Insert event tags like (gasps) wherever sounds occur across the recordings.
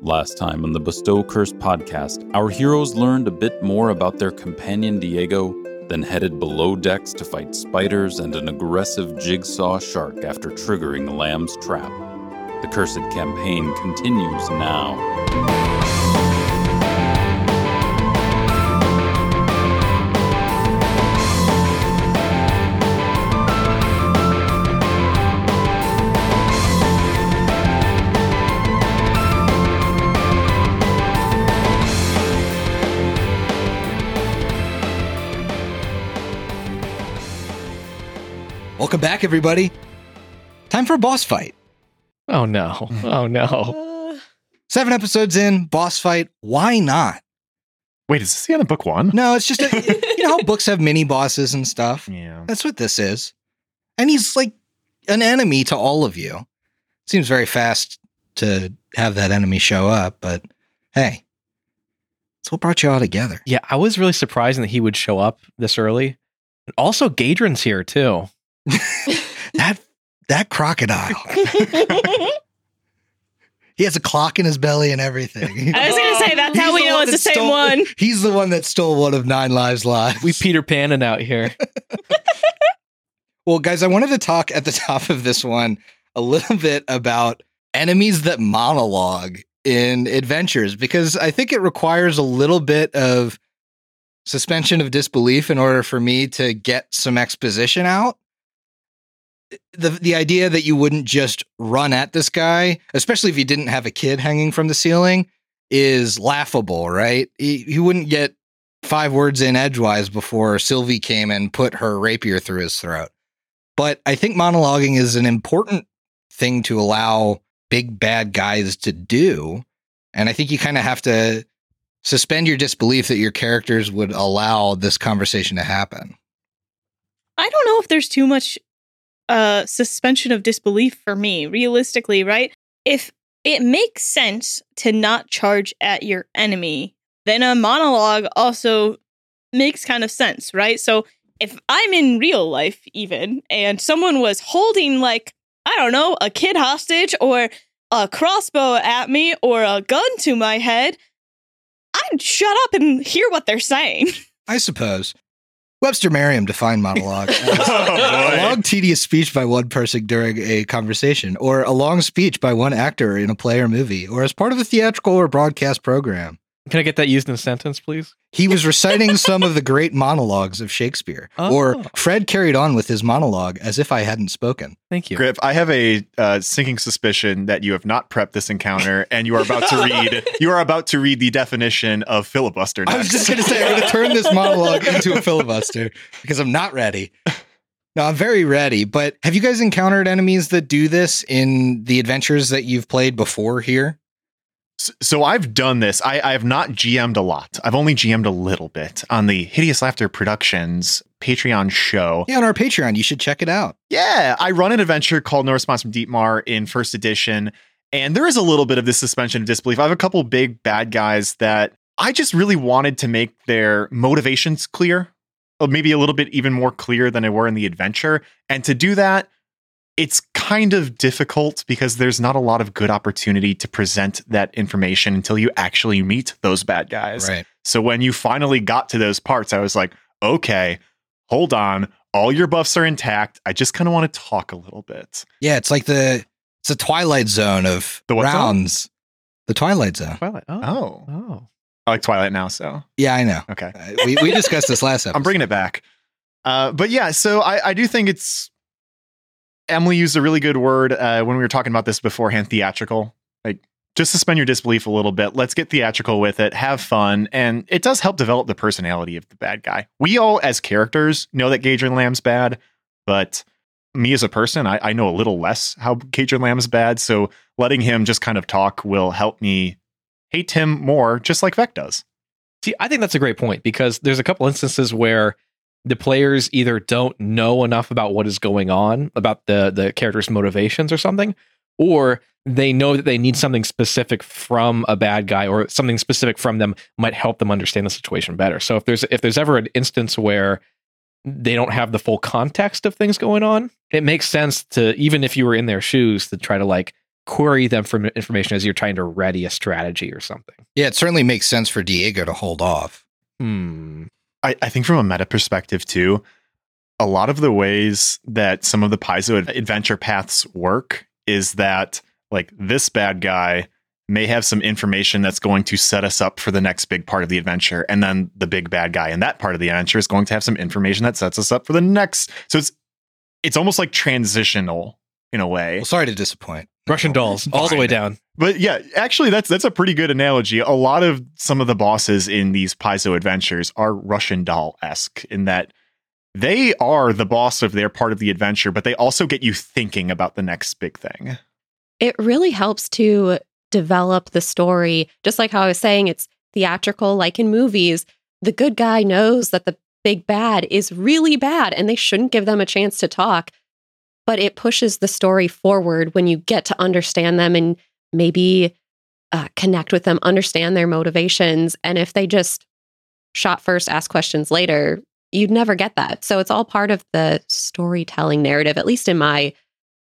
Last time on the Bestow Curse podcast, our heroes learned a bit more about their companion Diego, then headed below decks to fight spiders and an aggressive jigsaw shark after triggering Lamb's trap. The Cursed campaign continues now. Welcome back, everybody. Time for a boss fight. Oh no. Oh no. Seven episodes in, boss fight. Why not? Wait, is this the end of book one? No, it's just, a, (laughs) you know how books have mini bosses and stuff? (laughs) Yeah. That's what this is. And he's like an enemy to all of you. Seems very fast to have that enemy show up, but hey, it's what brought you all together. Yeah, I was really surprised that he would show up this early. And also Gadron's here too. That that (laughs) crocodile. He has a clock in his belly and everything. I was gonna say that's He's how we the know one it's that the same stole- one. He's the one that stole one of Nine Lives' lives. We Peter Panning out here. (laughs) Well, guys, I wanted to talk at the (laughs) top of this one a little bit about enemies that monologue in adventures because I think it requires a little bit of suspension of disbelief in order for me to get some exposition out. The the idea that you wouldn't just run at this guy, especially if you didn't have a kid hanging from the ceiling, is laughable, right? You you wouldn't get five words in edgewise before Sylvie came and put her rapier through his throat but I think monologuing is an important thing to allow big bad guys to do. And I think you kind of have to suspend your disbelief that your characters would allow this conversation to happen. I don't know if there's too much uh suspension of disbelief for me, realistically, right? If it makes sense to not charge at your enemy, then a monologue also makes kind of sense, right? So if I'm in real life even and someone was holding like, I don't know, a kid hostage or a crossbow at me or a gun to my head, I'd shut up and hear what they're saying. I suppose. Webster Merriam defined monologue as a (laughs) long, tedious speech by one person during a conversation, or a long speech by one actor in a play or movie, or as part of a theatrical or broadcast program. Can I get that used in a sentence, please? He was reciting some of the great monologues of Shakespeare, Oh. or Fred carried on with his monologue as if I hadn't spoken. Thank you. Griff, I have a uh, sinking suspicion that you have not prepped this (laughs) encounter, and you are about to read. You are about to read the definition of filibuster. Next. I was just going to say, I'm going to turn this monologue into a filibuster because I'm not ready. No, I'm very ready. But have you guys encountered enemies that do this in the adventures that you've played before here? S- So I've done this. I, I have not GM'd a lot. I've only GM'd a little bit on the Hideous Laughter Productions Patreon show. Yeah, on our Patreon, you should check it out. Yeah, I run an adventure called No Response from Deepmar in first edition, and there is a little bit of this suspension of disbelief. I have a couple big bad guys that I just really wanted to make their motivations clear, or maybe a little bit even more clear than they were in the adventure. And to do that, it's kind of difficult because there's not a lot of good opportunity to present that information until you actually meet those bad guys. Right. So when you finally got to those parts, I was like, okay, hold on. All your buffs are intact. I just kind of want to talk a little bit. Yeah, it's like the it's the Twilight Zone of The what zone? rounds. The Twilight Zone. Twilight. Oh. Oh, Oh. I like Twilight now. So, Yeah, I know. okay. Uh, we, we discussed this last episode. (laughs) I'm bringing it back. Uh, but yeah, so I, I do think it's. Emily used a really good word uh, when we were talking about this beforehand theatrical. Like, just suspend your disbelief a little bit. Let's get theatrical with it, have fun. And it does help develop the personality of the bad guy. We all, as characters, know that Gadrian Lamb's bad, but me as a person, I, I know a little less how Gadrian Lamb's bad. So letting him just kind of talk will help me hate him more, just like Vec does. See, I think that's a great point because there's a couple instances where the players either don't know enough about what is going on, about the the character's motivations or something, or they know that they need something specific from a bad guy or something specific from them might help them understand the situation better. So if there's if there's ever an instance where they don't have the full context of things going on, it makes sense to even if you were in their shoes to try to like query them for information as you're trying to ready a strategy or something. Yeah, it certainly makes sense for Diego to hold off. Hmm. I, I think from a meta perspective too, a lot of the ways that some of the piezo ad- adventure paths work is that like this bad guy may have some information that's going to set us up for the next big part of the adventure and then the big bad guy in that part of the adventure is going to have some information that sets us up for the next so it's it's almost like transitional in a way Well, sorry to disappoint. Russian dolls all the way down. but yeah, actually, that's that's a pretty good analogy. A lot of some of the bosses in these Paizo adventures are Russian doll esque in that they are the boss of their part of the adventure, but they also get you thinking about the next big thing. it really helps to develop the story just like how i was saying it's theatrical like in movies the good guy knows that the big bad is really bad and they shouldn't give them a chance to talk but it pushes the story forward when you get to understand them and maybe uh, connect with them understand their motivations and if they just shot first ask questions later you'd never get that so it's all part of the storytelling narrative at least in my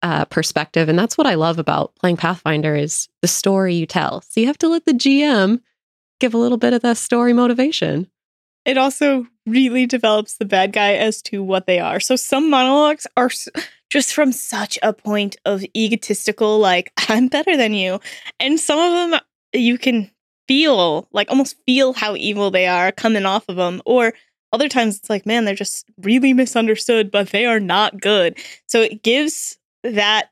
uh, perspective, and that's what I love about playing Pathfinder is the story you tell. So you have to let the GM give a little bit of that story motivation. It also really develops the bad guy as to what they are. So some monologues are s- just from such a point of egotistical, like, (laughs) I'm better than you. And some of them you can feel, like, almost feel how evil they are coming off of them. Or other times it's like, man, they're just really misunderstood, but they are not good. So it gives that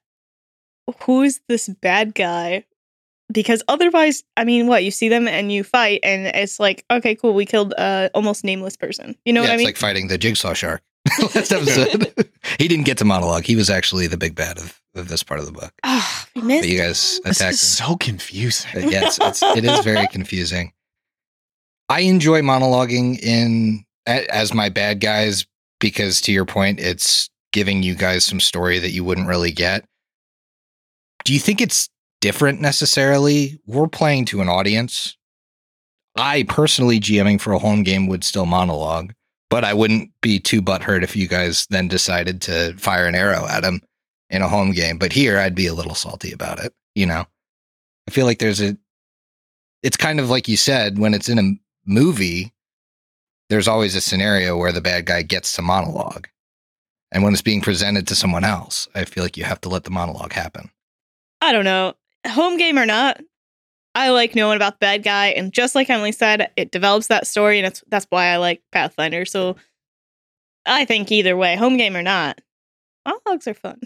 who's this bad guy because otherwise i mean what you see them and you fight and it's like okay cool we killed a almost nameless person you know yeah, what i it's mean like fighting the jigsaw shark (laughs) last episode. (laughs) he didn't get to monologue. He was actually the big bad of, of this part of the book. oh we But missed you guys This attacked. is him. so confusing. But yeah, it's, it's, it is very confusing. I enjoy monologuing in a- as my bad guys because, to your point, it's giving you guys some story that you wouldn't really get. Do you think it's different necessarily? We're playing to an audience. I personally, GMing for a home game would still monologue, but I wouldn't be too butthurt if you guys then decided to fire an arrow at him in a home game. But here, I'd be a little salty about it, you know? I feel like there's a it's kind of like you said when it's in a movie there's always a scenario where the bad guy gets to monologue. And when it's being presented to someone else, I feel like you have to let the monologue happen. I don't know, home game or not, I like knowing about the bad guy. And just like Emily said, it develops that story, and that's that's why I like Pathfinder. So I think either way, home game or not, monologues are fun.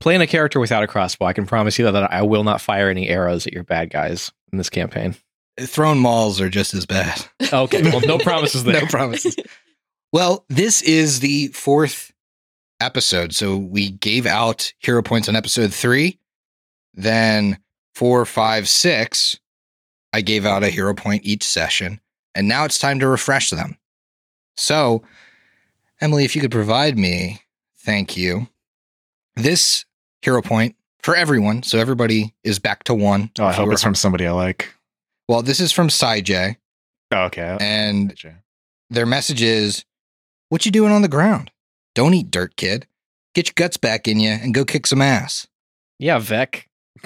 Playing a character without a crossbow, I can promise you that I will not fire any arrows at your bad guys in this campaign. Thrown malls are just as bad. Okay, well, (laughs) (laughs) no promises there. no promises. Well, this is the fourth episode. So we gave out hero points on episode three. Then four, five, six, I gave out a hero point each session. And now it's time to refresh them. So, Emily, if you could provide me, thank you, this hero point for everyone. So everybody is back to one. Oh, I If hope you it's were- from somebody I like. Well, this is from J, Oh, okay. And Gotcha. their message is what you doing on the ground don't eat dirt kid get your guts back in you and go kick some ass Yeah, Vec.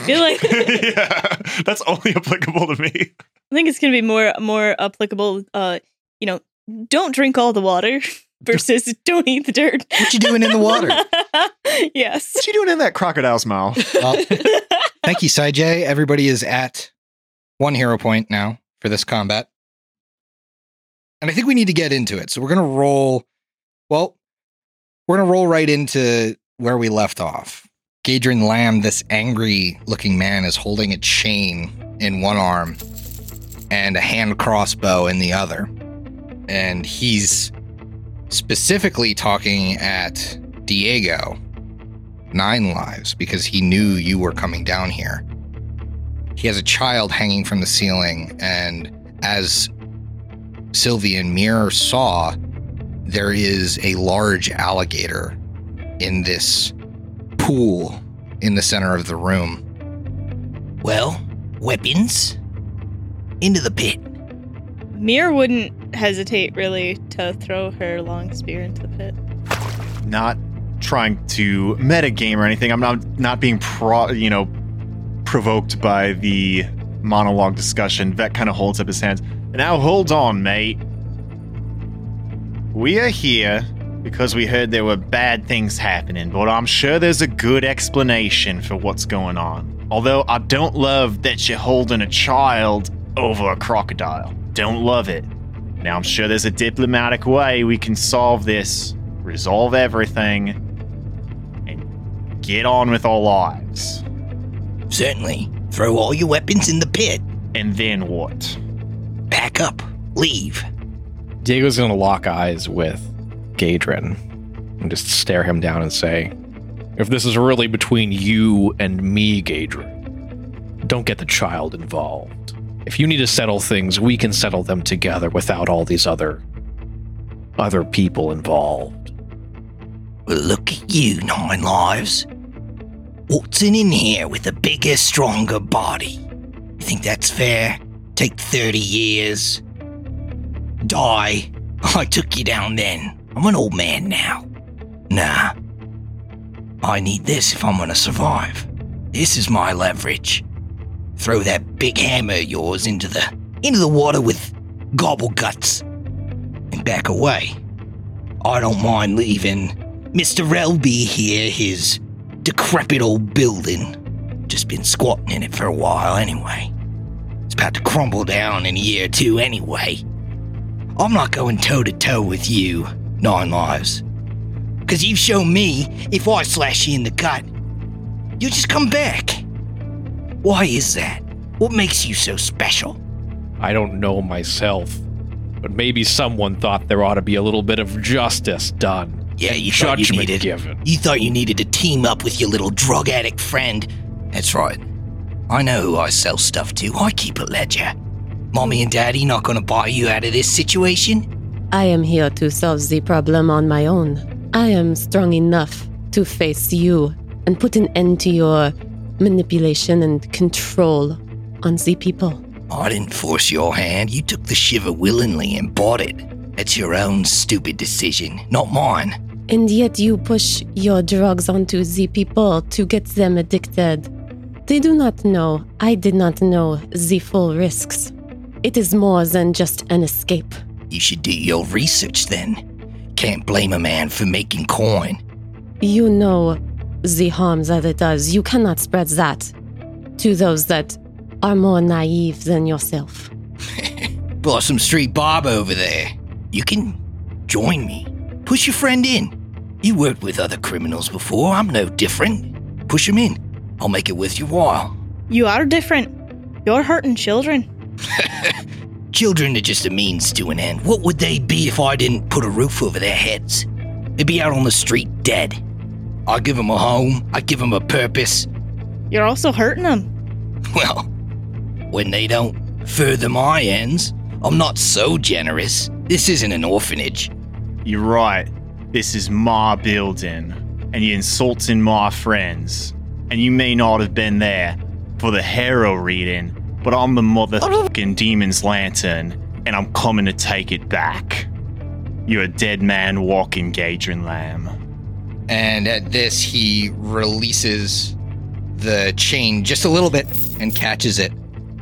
You're (laughs) like- (laughs) yeah, that's only applicable to me. I think it's gonna be more more applicable. Uh, you know, don't drink all the water (laughs) versus don't eat the dirt. what you doing in the water (laughs) yes. What you doing in that crocodile's mouth? Well, thank you Sai J. everybody is at one hero point now for this combat and i think we need to get into it so we're going to roll well we're going to roll right into where we left off gadrin lamb this angry looking man is holding a chain in one arm and a hand crossbow in the other. And he's specifically talking at Diego, Nine Lives, because he knew you were coming down here. He has a child hanging from the ceiling, and as Sylvie and Mir saw, there is a large alligator in this pool in the center of the room. Well, weapons into the pit. (laughs) Mir wouldn't hesitate really to throw her long spear into the pit. not trying to metagame or anything. I'm not not being pro, you know, provoked by the monologue discussion, Vec kind of holds up his hands. Now hold on, mate. We are here because we heard there were bad things happening, but I'm sure there's a good explanation for what's going on. Although I don't love that you're holding a child over a crocodile. Don't love it. Now I'm sure there's a diplomatic way we can solve this, resolve everything, and get on with our lives. Certainly. Throw all your weapons in the pit. And then what? Pack up. Leave. Diego's gonna lock eyes with Gadrin and just stare him down and say, If this is really between you and me, Gadrin, don't get the child involved. If you need to settle things, we can settle them together without all these other other people involved. Well, look at you, Nine Lives. Waltzing in here with a bigger, stronger body. You think that's fair? Take 30 years. Die. (laughs) I took you down then. I'm an old man now. Nah. I need this if I'm gonna survive. This is my leverage. Throw that big hammer of yours into the into the water with gobble guts and back away. I don't mind leaving Mr. Relby here, his decrepit old building. Just been squatting in it for a while anyway. It's about to crumble down in a year or two anyway. I'm not going toe to toe with you, Nine Lives. Because you've shown me if I slash you in the gut, you just come back. Why is that? What makes you so special? I don't know myself, but maybe someone thought there ought to be a little bit of justice done. Yeah, you thought you Judgment needed. given. You thought you needed to team up with your little drug addict friend. That's right. I know who I sell stuff to. I keep a ledger. Mommy and Daddy not gonna buy you out of this situation? I am here to solve the problem on my own. I am strong enough to face you and put an end to your manipulation and control on the people. I didn't force your hand. You took the shiver willingly and bought it. It's your own stupid decision, not mine. And yet you push your drugs onto the people to get them addicted. They do not know, I did not know the full risks. It is more than just an escape. You should do your research then. Can't blame a man for making coin. You know the harm that it does. You cannot spread that to those that are more naive than yourself. Blossom Street Bob over there. You can join me. Push your friend in. You worked with other criminals before. I'm no different. Push him in. I'll make it worth your while. You are different. You're hurting children. Children are just a means to an end. What would they be if I didn't put a roof over their heads? They'd be out on the street dead. I give them a home. I give them a purpose. (laughs) You're also hurting them. Well, when they don't further my ends, I'm not so generous. This isn't an orphanage. You're right. This is my building, and you're insulting my friends. And you may not have been there for the hero reading, but I'm the motherfucking demon's lantern, and I'm coming to take it back. You're a dead man walking, Gadrin Lamb. And at this, he releases the chain just a little bit and catches it.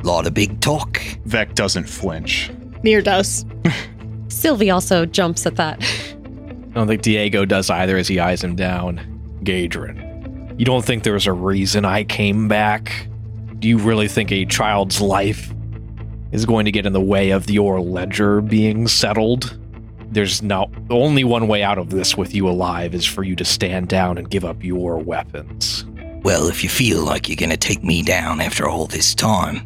Lot of big talk. Vec doesn't flinch. Mir does. Sylvie also jumps at that. I don't think Diego does either as he eyes him down. Gadrin, you don't think there's a reason I came back? Do you really think a child's life is going to get in the way of your ledger being settled? There's no only one way out of this with you alive is for you to stand down and give up your weapons. Well, if you feel like you're gonna take me down after all this time,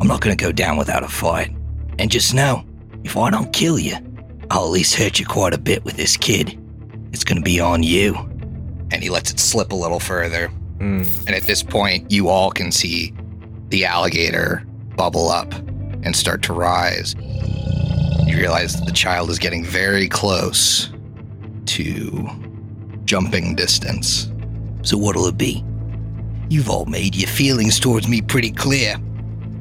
I'm not gonna go down without a fight. And just know, if I don't kill you, I'll at least hurt you quite a bit with this kid. It's gonna be on you. And he lets it slip a little further. Hmm. And at this point, you all can see the alligator bubble up and start to rise. You realize that the child is getting very close to jumping distance. So what'll it be? You've all made your feelings towards me pretty clear.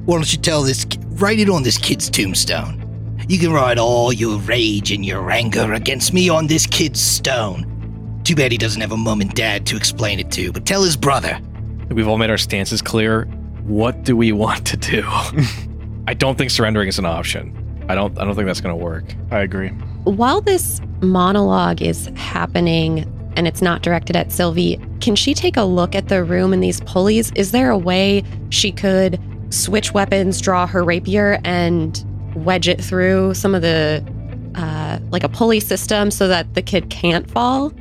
Why don't you tell this ki- write it on this kid's tombstone? You can write all your rage and your anger against me on this kid's stone. Too bad he doesn't have a mum and dad to explain it to, but tell his brother. We've all made our stances clear. What do we want to do? I don't think surrendering is an option. I don't. I don't think that's going to work. I agree. While this monologue is happening and it's not directed at Sylvie, can she take a look at the room and these pulleys? Is there a way she could switch weapons, draw her rapier, and wedge it through some of the, uh, like a pulley system so that the kid can't fall?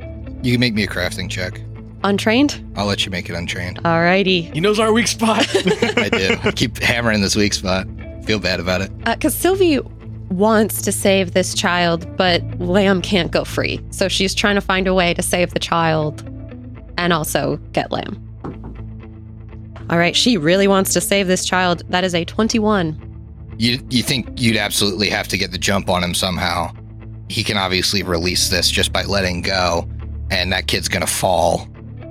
You can make me a crafting check. Untrained? I'll let you make it untrained. Alrighty. He knows our weak spot. I do. I (laughs) keep hammering this weak spot. Feel bad about it. Because Uh, Sylvie wants to save this child, but Lamb can't go free. So she's trying to find a way to save the child and also get Lamb. All right, she really wants to save this child. That is a 21. You you think you'd absolutely have to get the jump on him somehow. He can obviously release this just by letting go, and that kid's gonna fall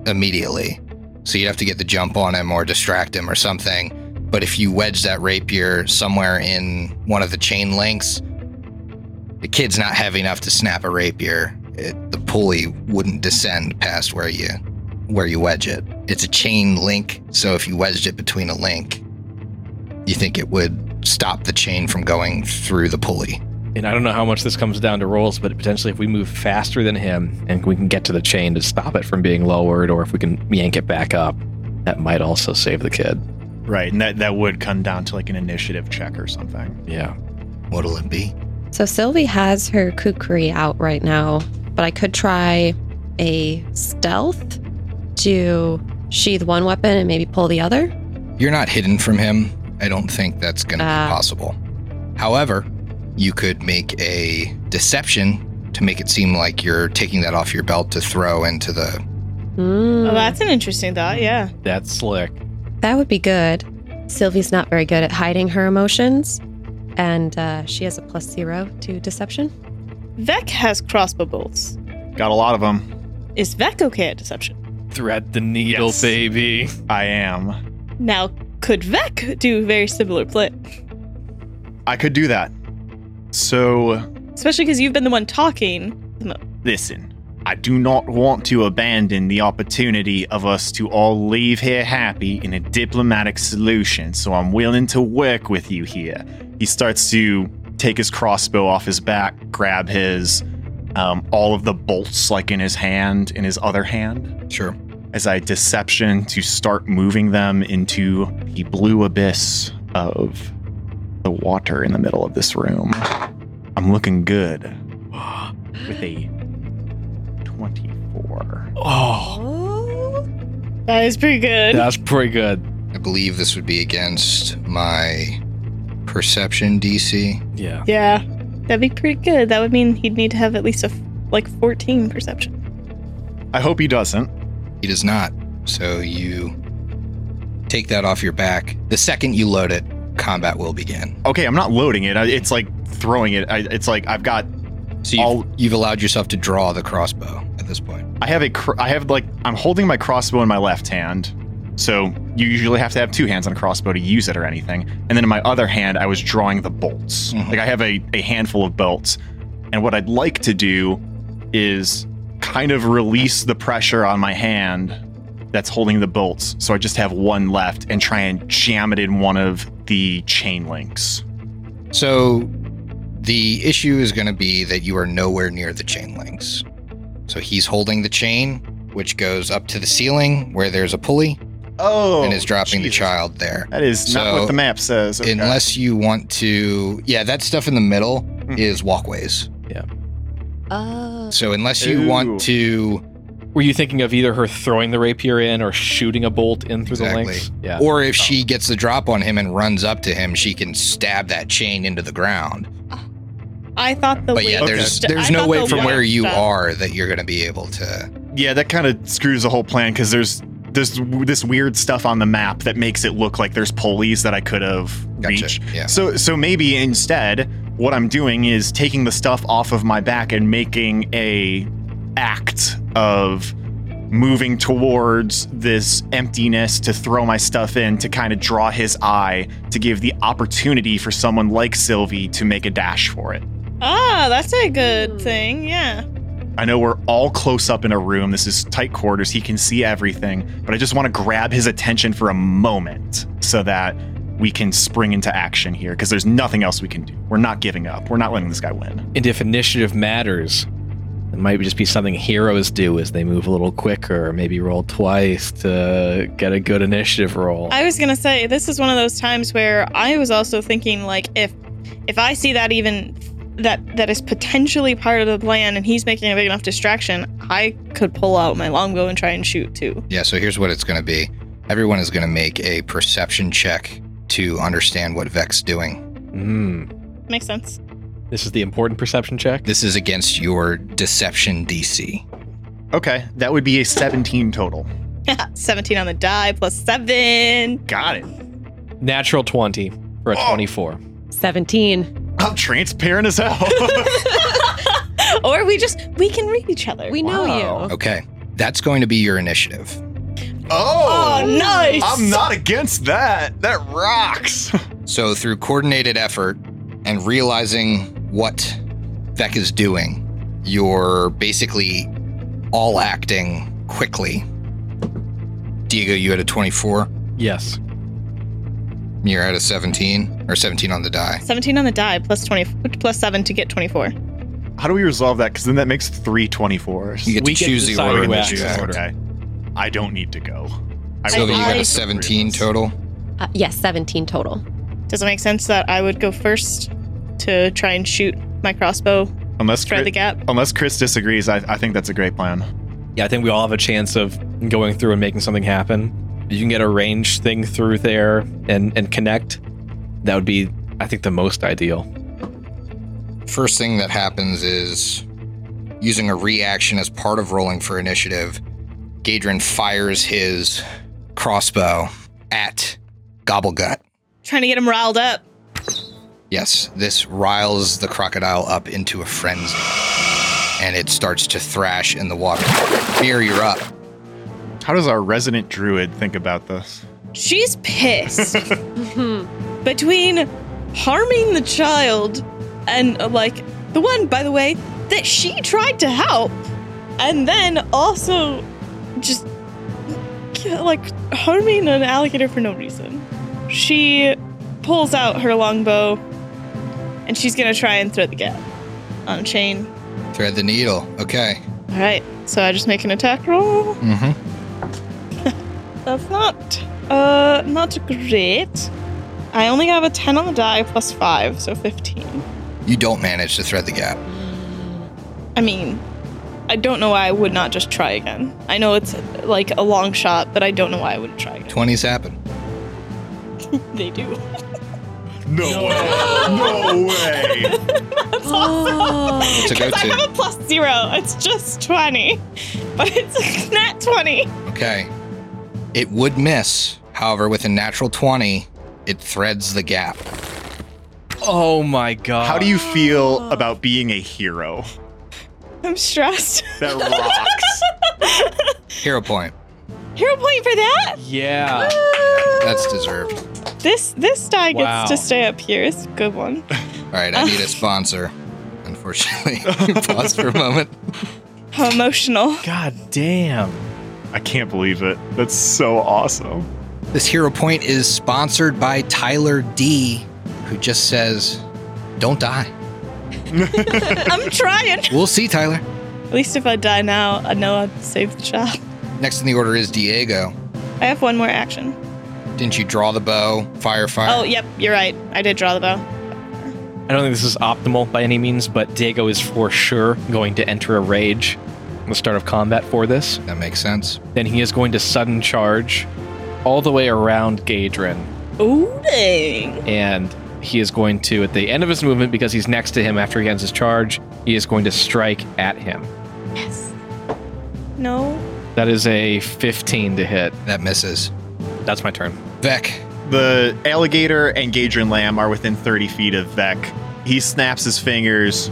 immediately. So you'd have to get the jump on him or distract him or something. But if you wedge that rapier somewhere in one of the chain links, the kid's not heavy enough to snap a rapier. It, the pulley wouldn't descend past where you where you wedge it. It's a chain link, so if you wedged it between a link, you think it would stop the chain from going through the pulley. and I don't know how much this comes down to rolls, but potentially if we move faster than him and we can get to the chain to stop it from being lowered, or if we can yank it back up, that might also save the kid. Right, and that, that would come down to like an initiative check or something. Yeah. What'll it be? So Sylvie has her kukri out right now, but I could try a stealth to sheath one weapon and maybe pull the other. You're not hidden from him. I don't think that's going to Ah. be possible. However, you could make a deception to make it seem like you're taking that off your belt to throw into the. Mm. Oh, that's an interesting thought. Yeah. That's slick. That would be good. Sylvie's not very good at hiding her emotions, and uh, she has a plus zero to deception. Vec has crossbow bolts. Got a lot of them. Is Vec okay at deception? Thread the needle, Yes. baby. I am. Now, could Vec do very similar play? I could do that. So Especially because you've been the one talking. Listen, I do not want to abandon the opportunity of us to all leave here happy in a diplomatic solution, so I'm willing to work with you here. He starts to take his crossbow off his back, grab his um, all of the bolts like in his hand, in his other hand, Sure. as I deception to start moving them into the blue abyss of the water in the middle of this room. I'm looking good (gasps) with a 24. Oh, That is pretty good. that's pretty good. I believe this would be against my perception DC. Yeah. Yeah. That'd be pretty good. That would mean he'd need to have at least a f- like 14 perception. I hope he doesn't. He does not. So you take that off your back. The second you load it, combat will begin. Okay, I'm not loading it. I- It's like throwing it. I, it's like I've got. So you've, I'll- you've allowed yourself to draw the crossbow at this point. I have a. Cr- I have like. I'm holding my crossbow in my left hand. So you usually have to have two hands on a crossbow to use it or anything. And then in my other hand, I was drawing the bolts. Mhm. Like I have a, a handful of bolts. And what I'd like to do is kind of release the pressure on my hand that's holding the bolts. So I just have one left and try and jam it in one of the chain links. So the issue is going to be that you are nowhere near the chain links. So he's holding the chain, which goes up to the ceiling where there's a pulley Oh, and is dropping the Jesus. child there. That is not So, what the map says. Okay. Unless you want to, yeah, that stuff in the middle Mhm. is walkways. Oh. So unless you want to, Were you thinking of either her throwing the rapier in or shooting a bolt in through Exactly. the links? Yeah. or if she gets the drop on him and runs up to him, she can stab that chain into the ground. I thought the But yeah, way- there's I there's no thought way the from way- where you that- are that you're going to be able to. yeah, that kind of screws the whole plan because there's there's w- this weird stuff on the map that makes it look like there's pulleys that I could have Gotcha. reached. Yeah. So so maybe instead, what I'm doing is taking the stuff off of my back and making a act of moving towards this emptiness to throw my stuff in to kind of draw his eye to give the opportunity for someone like Sylvie to make a dash for it. Ah, that's a good Hmm. thing. Yeah. I know we're all close up in a room. This is tight quarters. He can see everything, but I just want to grab his attention for a moment so that we can spring into action here because there's nothing else we can do. We're not giving up. We're not letting this guy win. And if initiative matters, it might just be something heroes do as they move a little quicker, maybe roll twice to get a good initiative roll. I was gonna say this is one of those times where I was also thinking like if if I see that even that that is potentially part of the plan and he's making a big enough distraction, I could pull out my longbow and try and shoot too. Yeah, so here's what it's going to be everyone is going to make a perception check to understand what Vec's doing. Mm. Makes sense. (laughs) This is the important perception check. This is against your deception DC. Okay, that would be a 17 total. 17 on the die plus 7. Got it. Natural 20 for a Oh. 24. 17. I'm transparent as hell. (laughs) (laughs) or we just we can read each other. We know Wow. you. Okay. That's going to be your initiative. oh, oh, nice. I'm not against that. That rocks. (laughs) So, through coordinated effort and realizing what Vec is doing, you're basically all acting quickly. Diego, you had a 24, Yes. Mir had a 17, or 17 on the die. 17 on the die plus 20 plus 7 to get 24. How do we resolve that? Because then that makes three 24s. You get We to get to choose the decide order who in which acts you in act. order. Okay. I don't need to go. I So, will you go got a with the three of 17 us. total. Uh, yes, 17 total. Does it make sense that I would go first to try and shoot my crossbow, Unless try the Chris, gap? unless Chris disagrees, I, I think that's a great plan. Yeah, I think we all have a chance of going through and making something happen. You can get a range thing through there and, and connect. That would be, I think, the most ideal. First thing that happens is using a reaction as part of rolling for initiative, Gadrin fires his crossbow at Gobblegut. Trying to get him riled up. Yes, this riles the crocodile up into a frenzy, and it starts to thrash in the water. Mir, you're up. How does our resident druid think about this? She's pissed. Mhm. between harming the child and uh, like the one by the way that she tried to help and then also just like harming an alligator for no reason she pulls out her longbow and she's gonna try and thread the gap on a chain Thread the needle. Okay. all right so i just make an attack roll Mm-hmm. (laughs) that's not uh not great i only have a 10 on the die plus 5 so 15 You don't manage to thread the gap. I mean, I don't know why I would not just try again. I know it's like a long shot, but I don't know why I would try again. 20s happen. They do. No way! No way! That's awesome. Oh. It's a (laughs) Because I go-to. have a plus zero. It's just 20. (laughs) But it's (laughs) not 20. Okay. It would miss. However, with a natural 20, it threads the gap. Oh my god. How do you feel about being a hero? I'm stressed. That rocks. Hero point. (laughs) Hero point for that? Yeah. That's deserved. This this die gets Wow. to stay up here. It's a good one. All right, I need a sponsor. Unfortunately, (laughs) pause for a moment. How (laughs) emotional. God damn. I can't believe it. That's so awesome. This hero point is sponsored by Tyler D, who just says, "Don't die." I'm trying. We'll see, Tyler. At least if I die now, I know I've saved the child. Next in the order is Diego. I have one more action. Didn't you draw the bow? Fire, fire. Oh, yep, you're right. I did draw the bow. I don't think this is optimal by any means, but Diego is for sure going to enter a rage on the start of combat for this. That makes sense. Then he is going to sudden charge all the way around Gadrin, Oh, dang. and he is going to, at the end of his movement, because he's next to him after he ends his charge, he is going to strike at him. Yes. No. That is a 15 to hit. That misses. That's my turn. Vec, The alligator and Gadrin Lamb are within 30 feet of Vec. He snaps his fingers.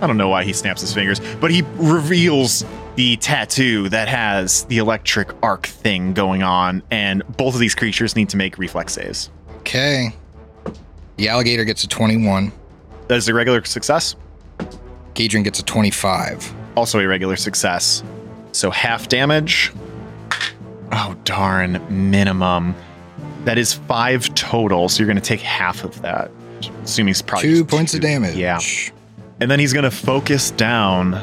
I don't know why he snaps his fingers, but he reveals the tattoo that has the electric arc thing going on, and both of these creatures need to make reflex saves. okay. The alligator gets a 21. That is a regular success. Gadrin gets a 25. also a regular success. So half damage. Oh, darn. Minimum. That is five total. So you're going to take half of that. Assuming he's probably two just points of damage. Yeah. And then he's going to focus down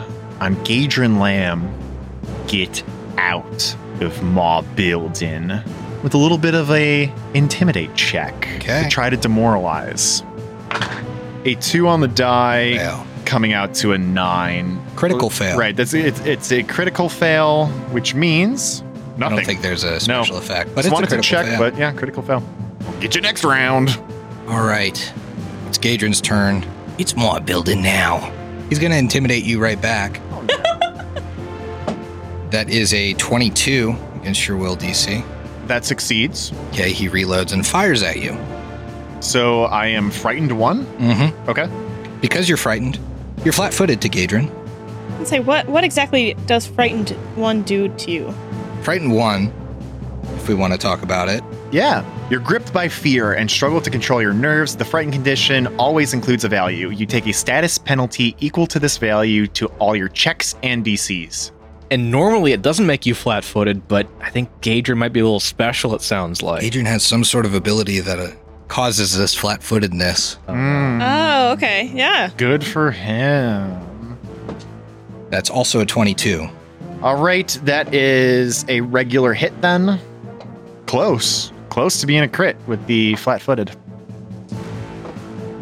on Gadrin Lamb. Get out of Maw Building with a little bit of a intimidate check Okay. to try to demoralize. A two on the die, Fail. coming out to a nine. Critical fail. Right. That's it's it's a critical fail, which means I nothing. don't think there's a special effect, but Just it's a wanted critical to check, fail. but yeah, critical fail. Get your next round. All right. It's Gadrin's turn. It's my building now. He's going to intimidate you right back. (laughs) that is a 22 against your will DC. That succeeds. Okay, he reloads and fires at you. So I am frightened one. Mm-hmm. Okay. Because you're frightened. You're flat-footed to Gadrin. I'd say, what what exactly does frightened one do to you? Frightened one, if we want to talk about it. Yeah. You're gripped by fear and struggle to control your nerves. The frightened condition always includes a value. You take a status penalty equal to this value to all your checks and DCs. And normally it doesn't make you flat footed, but I think Gadrin might be a little special, it sounds like. Adrian has some sort of ability that uh, causes this flat-footedness. Hmm. Mm. Oh, okay. Yeah. Good for him. That's also a 22. All right, that is a regular hit then. Close. Close to being a crit with the flat footed.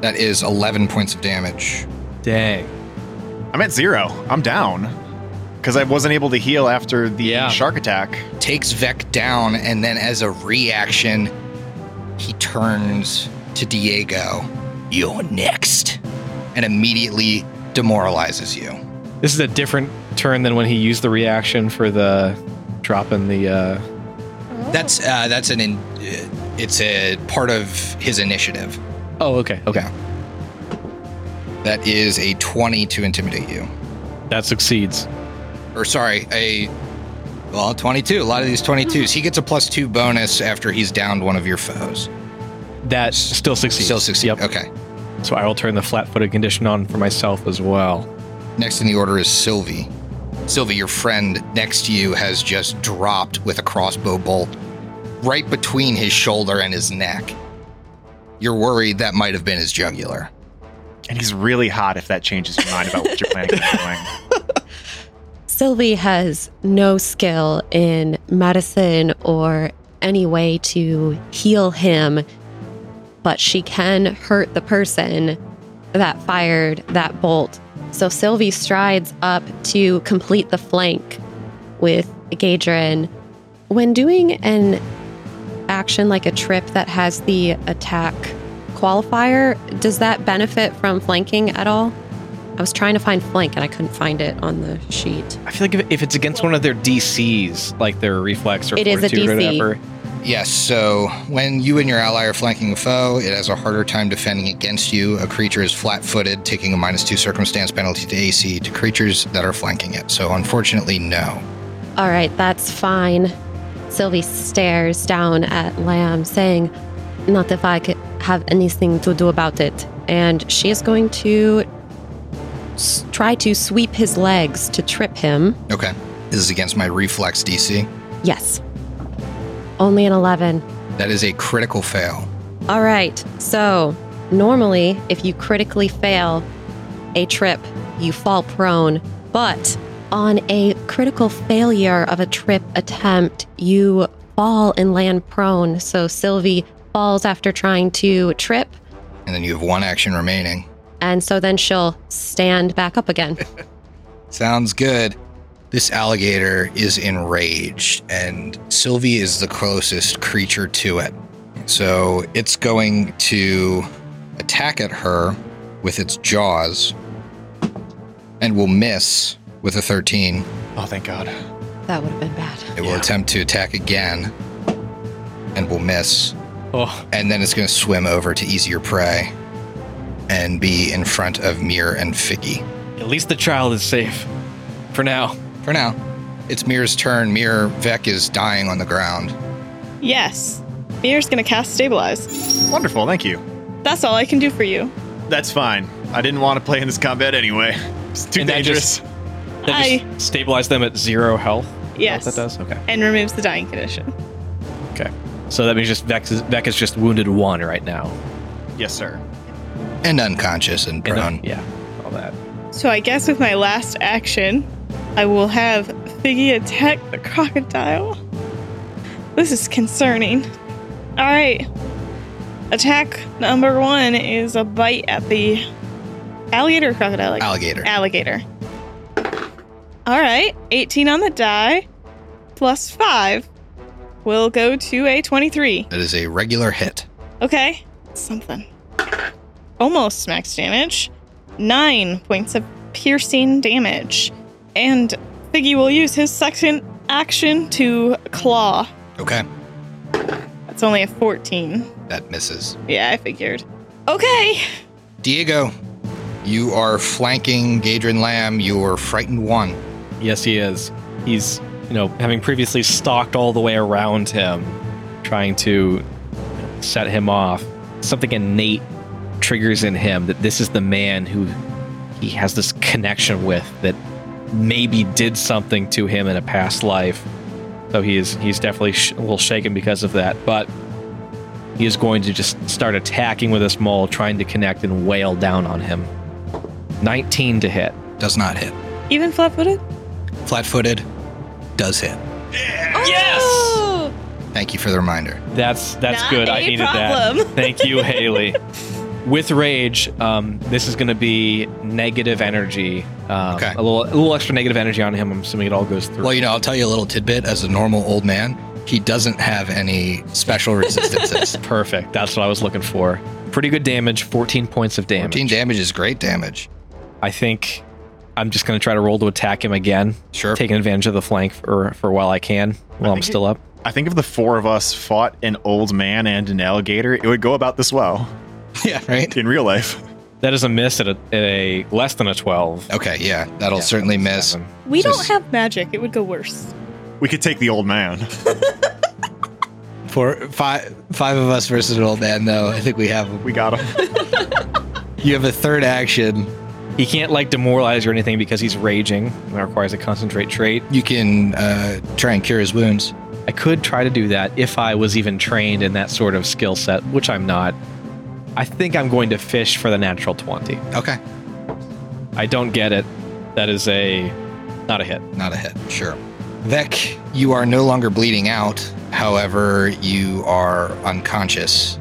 That is 11 points of damage. Dang. I'm at zero. I'm down. Because I wasn't able to heal after the Yeah. shark attack. Takes Vec down, and then as a reaction, he turns to Diego You're next. and immediately demoralizes you. This is a different turn than when he used the reaction for the dropping the uh That's uh, that's an in, uh, it's a part of his initiative. Oh okay, okay. That is a 20 to intimidate you. That succeeds. Or sorry, a well, 22. A lot of these 22s. He gets a plus 2 bonus after he's downed one of your foes. That still succeeds. Still succeed. Yep. Okay. So I will turn the flat footed condition on for myself as well. Next in the order is Sylvie. Sylvie, your friend next to you has just dropped with a crossbow bolt right between his shoulder and his neck. You're worried that might have been his jugular. And he's really hot if that changes your mind about what you're planning (laughs) on Sylvie has no skill in medicine or any way to heal him, but she can hurt the person that fired that bolt. So Sylvie strides up to complete the flank with Gadrin. When doing an action like a trip that has the attack qualifier, does that benefit from flanking at all? I was trying to find flank and I couldn't find it on the sheet. I feel like if, if it's against one of their DCs, like their reflex or It is a fortitude or DC. whatever, Yes, so when you and your ally are flanking a foe, it has a harder time defending against you. A creature is flat footed, taking a minus two circumstance penalty to AC to creatures that are flanking it. So unfortunately, no. All right, that's fine. Sylvie stares down at Lamb, saying, Not if I could have anything to do about it. And she is going to s- try to sweep his legs to trip him. Okay. This is against my reflex DC. Yes. Only an 11. That is a critical fail. All right. So, normally, if you critically fail a trip, you fall prone. But on a critical failure of a trip attempt, you fall and land prone. So, Sylvie falls after trying to trip. And then you have one action remaining. And so then she'll stand back up again. Sounds good. This alligator is enraged, and Sylvie is the closest creature to it. So it's going to attack at her with its jaws and will miss with a 13. doing. Oh, thank God. (laughs) that would have been bad. It will attempt to attack again and will miss. oh, And then it's going to swim over to easier prey and be in front of Mir and Figgy. at least the child is safe for now. For now, it's Mir's turn. Mir Vec is dying on the ground. Yes. Mir's gonna cast stabilize. Wonderful, thank you. That's all I can do for you. That's fine. I didn't want to play in this combat anyway. It's too And that dangerous. just- That just stabilize them at zero health. Yes. That does. Okay. And removes the dying condition. So that means just Vex is, Vex is just wounded one right now. Yes, sir. and unconscious and And, uh, prone. yeah. All that. So I guess with my last action, I will have Figgy attack the crocodile. This is concerning. All right. Attack number one is a bite at the alligator or crocodile. Alligator. Alligator. All right, 18 on the die, plus five will go to a 23. That is a regular hit. Okay, something. Almost max damage. Nine points of piercing damage. And Figgy will use his second action to claw. Okay. That's only a 14. That misses. Yeah, I figured. Okay, Diego, you are flanking Gadrin Lamb. You are frightened one. Yes, he is. He's, you know, having previously stalked all the way around him, trying to set him off. Something innate triggers in him that this is the man who he has this connection with that maybe did something to him in a past life. So he is he's definitely sh- a little shaken because of that, but he is going to just start attacking with this mole, trying to connect and wail down on him. 19 to hit. Does not hit. even flat footed? Flat footed. Does hit. Yes. Oh! Thank you for the reminder. That's that's Not good. I a needed that. problem. (laughs) Thank you, Haley. With rage, um, this is going to be negative energy. Um, Okay. A little, a little extra negative energy on him. I'm assuming it all goes through. Well, you know, I'll tell you a little tidbit. As a normal old man, he doesn't have any special (laughs) resistances. Perfect. That's what I was looking for. Pretty good damage. 14 points of damage. 14 damage is great (laughs) damage. I think I'm just going to try to roll to attack him again, Sure. taking advantage of the flank for for while I can, while I'm think still up. I think if the four of us fought an old man and an alligator, it would go about this well yeah, right? in real life. That is a miss at a, at a less than a 12. Okay, yeah, that'll Yeah, certainly miss. Seven. We So don't s- have magic, it would go worse. We could take the old man. For five, five of us versus an old man, though, I think we have him. We got him. You have a third action. He can't like demoralize or anything because he's raging. That requires a concentrate trait. You can uh, try and cure his wounds. I could try to do that if I was even trained in that sort of skill set, which I'm not. I think I'm going to fish for the natural 20. Okay, I don't get it. That is a not a hit. not a hit. Sure. Vec, you are no longer bleeding out. However, you are unconscious,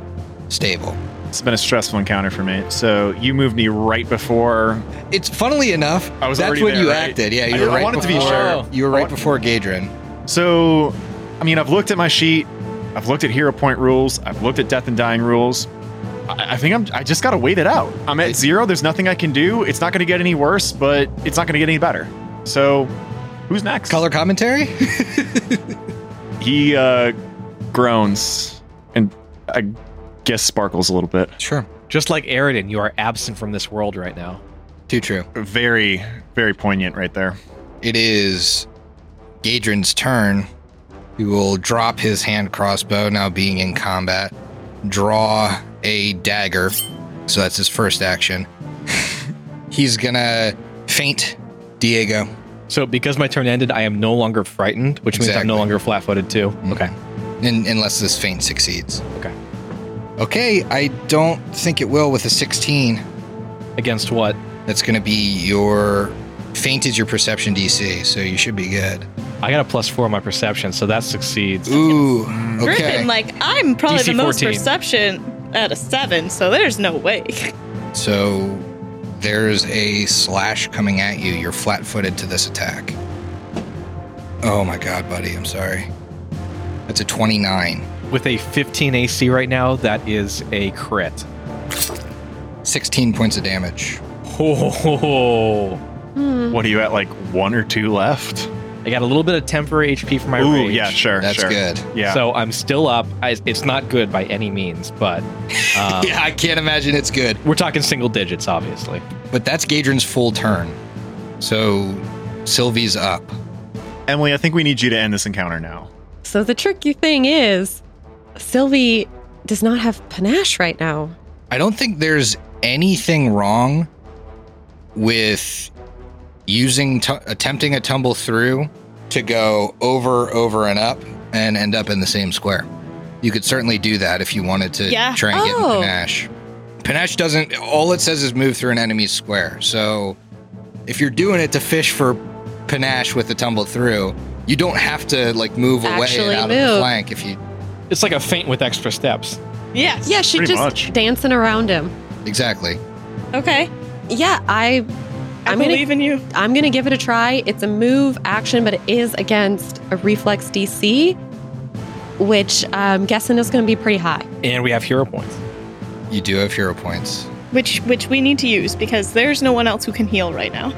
stable. It's been a stressful encounter for me. So you moved me right before. It's funnily enough, I was that's already when there, you right? acted. Yeah, I you were don't- I right wanted to be before. sure. You were right before Gadrin. So, I mean, I've looked at my sheet. I've looked at hero point rules. I've looked at death and dying rules. I, I think I'm. I just gotta wait it out. I'm at zero. There's nothing I can do. It's not gonna get any worse, but it's not gonna get any better. So, who's next? Color commentary? He uh, groans and I guess sparkles a little bit. sure. Just like Aridin, you are absent from this world right now. Too true. Very, very poignant right there. It is Gadrin's turn. He will drop his hand crossbow, now being in combat, draw a dagger. So that's his first action. (laughs) He's gonna faint Diego. So because my turn ended, I am no longer frightened, which means I'm Exactly. no longer flat-footed too. Okay. In, unless this feint succeeds. Okay. Okay, I don't think it will with a 16. Against what? That's gonna be your. Faint is your perception DC, so you should be good. I got a plus four on my perception, so that succeeds. Ooh, Griffin, okay. like, I'm probably DC the most 14. perception at a seven, so there's no way. (laughs) So there's a slash coming at you. You're flat footed to this attack. Oh my god, buddy. I'm sorry. That's a 29. With a 15 AC right now, that is a crit. 16 points of damage. Oh, Hmm. What are you at? Like one or two left? I got a little bit of temporary HP for my Ooh, rage. yeah, sure, That's sure. good. (laughs) Yeah. So I'm still up. I, it's not good by any means, but um, Yeah, I can't imagine it's good. we're talking single digits, obviously. But that's Gadrin's full turn. So Sylvie's up. Emily, I think we need you to end this encounter now. So the tricky thing is, Sylvie does not have panache right now. I don't think there's anything wrong with using tu- attempting a tumble through to go over, over, and up, and end up in the same square. You could certainly do that if you wanted to Yeah. try and get Oh. in panache. Panache doesn't. All it says is move through an enemy's square. So if you're doing it to fish for panache with the tumble through, you don't have to like move away Actually and out of the move. flank if you It's like a feint with extra steps. Yes. Yeah, she's Pretty just much. dancing around him. exactly. Okay. Yeah, I I I'm gonna- believe in you. I'm gonna give it a try. It's a move action, but it is against a reflex DC, which I'm guessing is gonna be pretty high. And we have hero points. You do have hero points. Which which we need to use because there's no one else who can heal right now.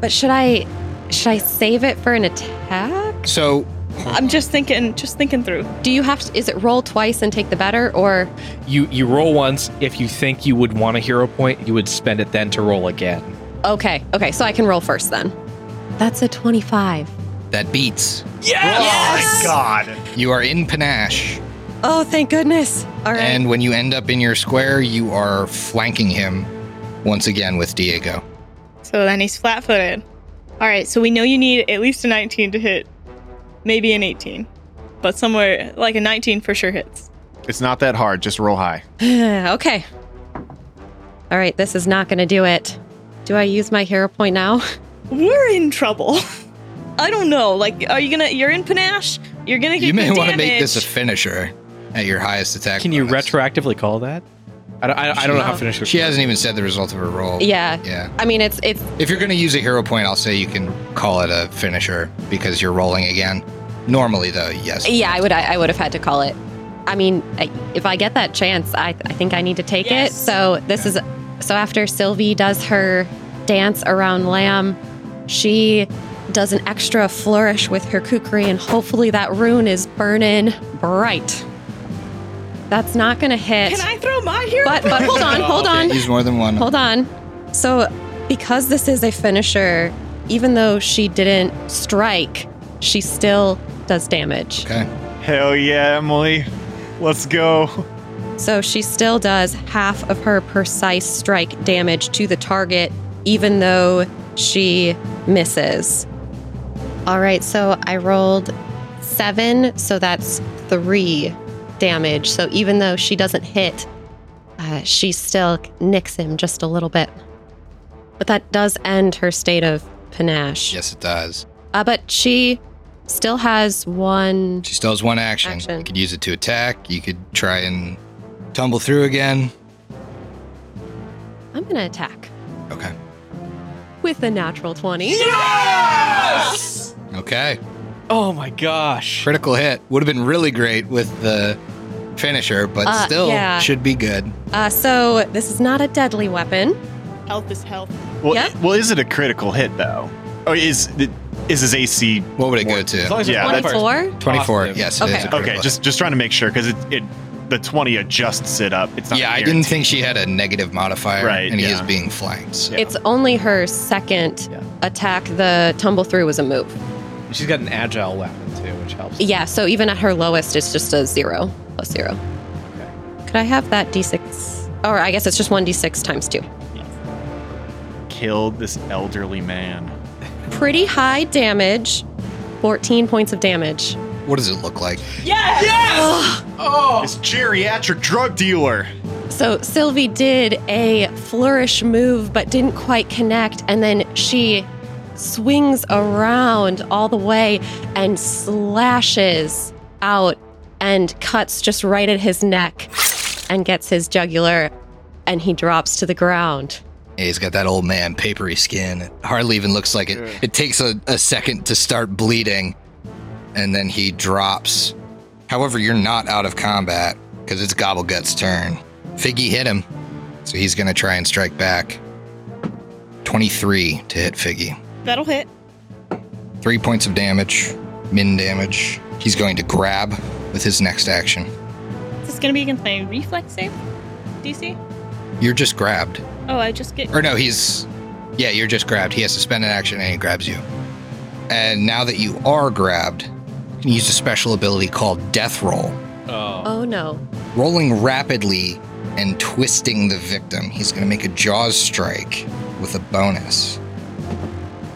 But should I should I save it for an attack? So I'm just thinking just thinking through. Do you have to is it roll twice and take the better or You you roll once. If you think you would want a hero point, you would spend it then to roll again. okay, okay, so I can roll first then. That's a twenty-five. that beats. Yes! Oh my god. You are in panache, Oh thank goodness. All right. and when you end up in your square, you are flanking him once again with Diego. So then he's flat footed. Alright, so we know you need at least a nineteen to hit. Maybe an eighteen. But somewhere like a nineteen for sure hits. It's not that hard. Just roll high. (sighs) okay. All right, this is not gonna do it. Do I use my hero point now? (laughs) We're in trouble. (laughs) I don't know. Like are you gonna you're in panache? You're gonna get You may good want to damage. make this a finisher at your highest attack. Can you bonus. retroactively call that? I don't, I, I don't know how finishers. She work. hasn't even said the result of her roll. Oh. Yeah. Yeah. I mean it's it's If you're going to use a hero point, I'll say you can call it a finisher because you're rolling again. Normally, though, yes. Yeah, I would. I, I would have had to call it. I mean, I, if I get that chance, I, I think I need to take Yes. it. So this is. So after Sylvie does her dance around Lamb, she does an extra flourish with her kukri, and hopefully that rune is burning bright. That's not gonna hit. Can I throw my hero? but but hold on, hold on. Use more than one. Hold on. So, because this is a finisher, even though she didn't strike, she still does damage. Okay. Hell yeah, Emily. Let's go. So, she still does half of her precise strike damage to the target, even though she misses. All right, so I rolled seven, so that's three damage. So, even though she doesn't hit, uh, she still nicks him just a little bit. But that does end her state of panache. Yes, it does. Uh, but she still has one. She still has one action. Action. You could use it to attack. You could try and tumble through again. I'm going to attack Okay. with a natural 20. Okay. Oh my gosh. Critical hit would have been really great with the finisher, but Uh, still yeah. should be good. Uh, so this is not a deadly weapon. Health is health. Well, Yeah. well, is it a critical hit though? Or is it- is his AC? What would it go As to? long as it's Yeah, that's- 24. 24. Positive. Yes, it is Okay. a critical Okay, hit. just just trying to make sure because it it the twenty adjusts it up. It's not. yeah, I didn't think she had a negative modifier, Right, and he yeah. is being flanked. so- Yeah. It's only her second Yeah. attack. The tumble through was a move. She's got an agile weapon too, which helps. Yeah, so even at her lowest, it's just a zero plus zero. Okay. Could I have that d6? Or I guess it's just 1d6 times two. killed this elderly man. Pretty high damage 14 points of damage. What does it look like? This geriatric drug dealer. So Sylvie did a flourish move, but didn't quite connect. And then she swings around all the way and slashes out and cuts just right at his neck and gets his jugular. And he drops to the ground. Yeah, he's got that old man papery skin. It hardly even looks like it. It takes a, a second to start bleeding, and then he drops. However, you're not out of combat because it's Gobblegut's turn. Figgy hit him, so he's going to try and strike back. 23 to hit Figgy. That'll hit. Three points of damage, min damage. He's going to grab with his next action. This is gonna be against my reflex save? DC? You're just grabbed. Oh, I just get Or no, he's. Yeah, you're just grabbed. He has to spend an action and he grabs you. And now that you are grabbed, you can use a special ability called Death Roll. Oh. Oh no. Rolling rapidly and twisting the victim, he's going to make a Jaws strike with a bonus.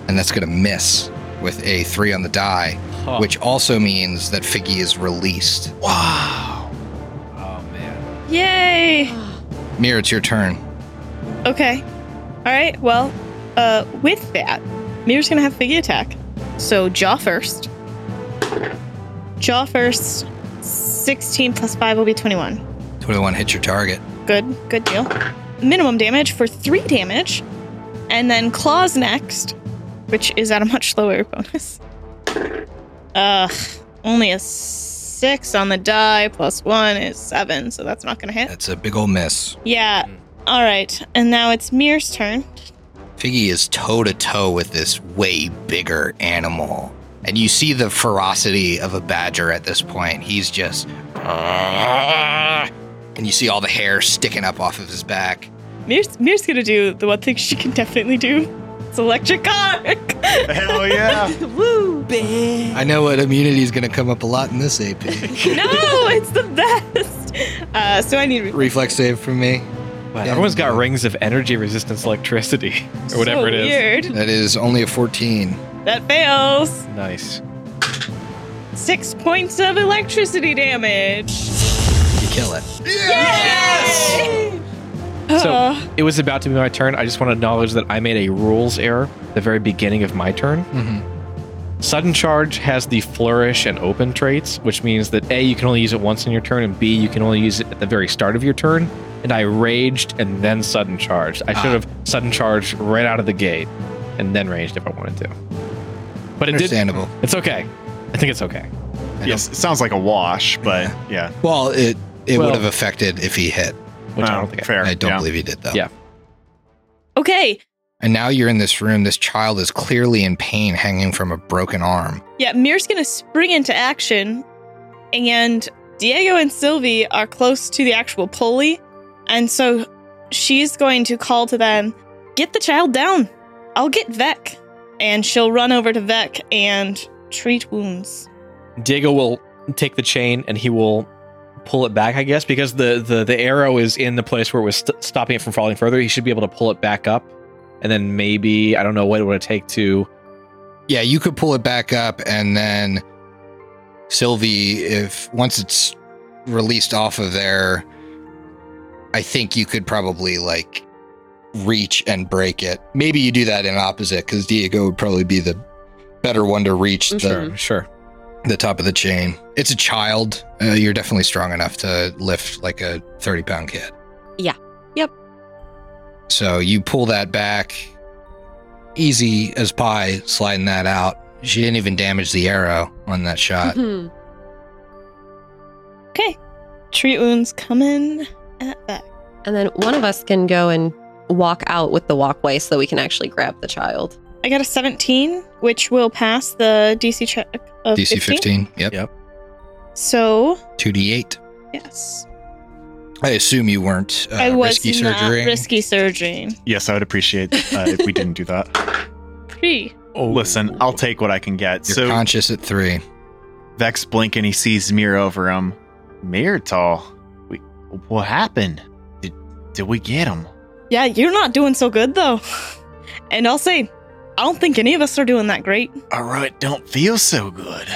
and that's going to miss with a three on the die, Huh. which also means that Figgy is released. Wow. Oh man. Yay! Mir, it's your turn. Okay. All right. Well, uh, with that, Mir's gonna have Figgy attack. So jaw first. Jaw first. Sixteen plus five will be twenty-one. 21 hits your target. Good, good deal. Minimum damage for three damage, and then claws next, which is at a much lower (laughs) bonus. Ugh, only a six on the die plus one is seven, so that's not gonna hit. That's a big ol' miss. Yeah. All right, and now it's Mir's turn. Figgy is toe to toe with this way bigger animal. And you see the ferocity of a badger at this point. He's just. And you see all the hair sticking up off of his back. Mir's, Mir's gonna do the one thing she can definitely do. It's electric arc. (laughs) Hell (laughs) yeah. Woo! I know what immunity is going to come up a lot in this (laughs) AP. No, it's the best. Uh, so I need re- Reflex save from me. Wow, Yeah. everyone's got rings of energy resistance electricity (laughs) or whatever so it is. Weird. That is only a 14. That fails. Nice. Six points of electricity damage. You kill it. Yes. So Uh, Uh-huh. it was about to be my turn. I just want to acknowledge that I made a rules error at the very beginning of my turn. Mm-hmm. Sudden charge has the flourish and open traits, which means that A, you can only use it once in your turn, and B, you can only use it at the very start of your turn. And I raged and then sudden charged. I should have sudden charged right out of the gate and then raged if I wanted to. But it did. Understandable. It's okay. I think it's okay. yes, it sounds like a wash, but yeah. Well, it, it Well- would have affected if he hit. Which I Wow, don't think I, Oh, fair. I don't yeah. believe he did, though. Yeah. okay. And now you're in this room. This child is clearly in pain, hanging from a broken arm. Yeah, Mir's gonna spring into action, and Diego and Sylvie are close to the actual pulley, and so she's going to call to them, "Get the child down. I'll get Vec," and she'll run over to Vec and treat wounds. Diego will take the chain and he will pull it back, I guess, because the the, the arrow is in the place where it was st- stopping it from falling further. He should be able to pull it back up, and then maybe I don't know what it would take to. Yeah, you could pull it back up, and then Sylvie, if once it's released off of there, I think you could probably like reach and break it. Maybe you do that in opposite because Diego would probably be the better one to reach Mhm. the, Sure. the top of the chain. It's a child. Uh, you're definitely strong enough to lift like a 30 pound kid. Yeah. Yep. So you pull that back easy as pie, sliding that out. She didn't even damage the arrow on that shot. Mhm. Okay, treat wounds coming at Vec. (laughs) And then one of us can go and walk out with the walkway so that we can actually grab the child. I got a 17, which will pass the DC check of DC 15. Yep. Yep. So 2d8. yes, I assume you weren't uh, I was risky not surgery. risky surgery. Yes, I would appreciate uh, if we didn't do that. Three. Listen, I'll take what I can get. You're so conscious at three. Vex blink and he sees Mir over him. Mirtal, we, what happened? Did, did we get him? Yeah, you're not doing so good though. And I'll say, I don't think any of us are doing that great. All right, don't feel so good.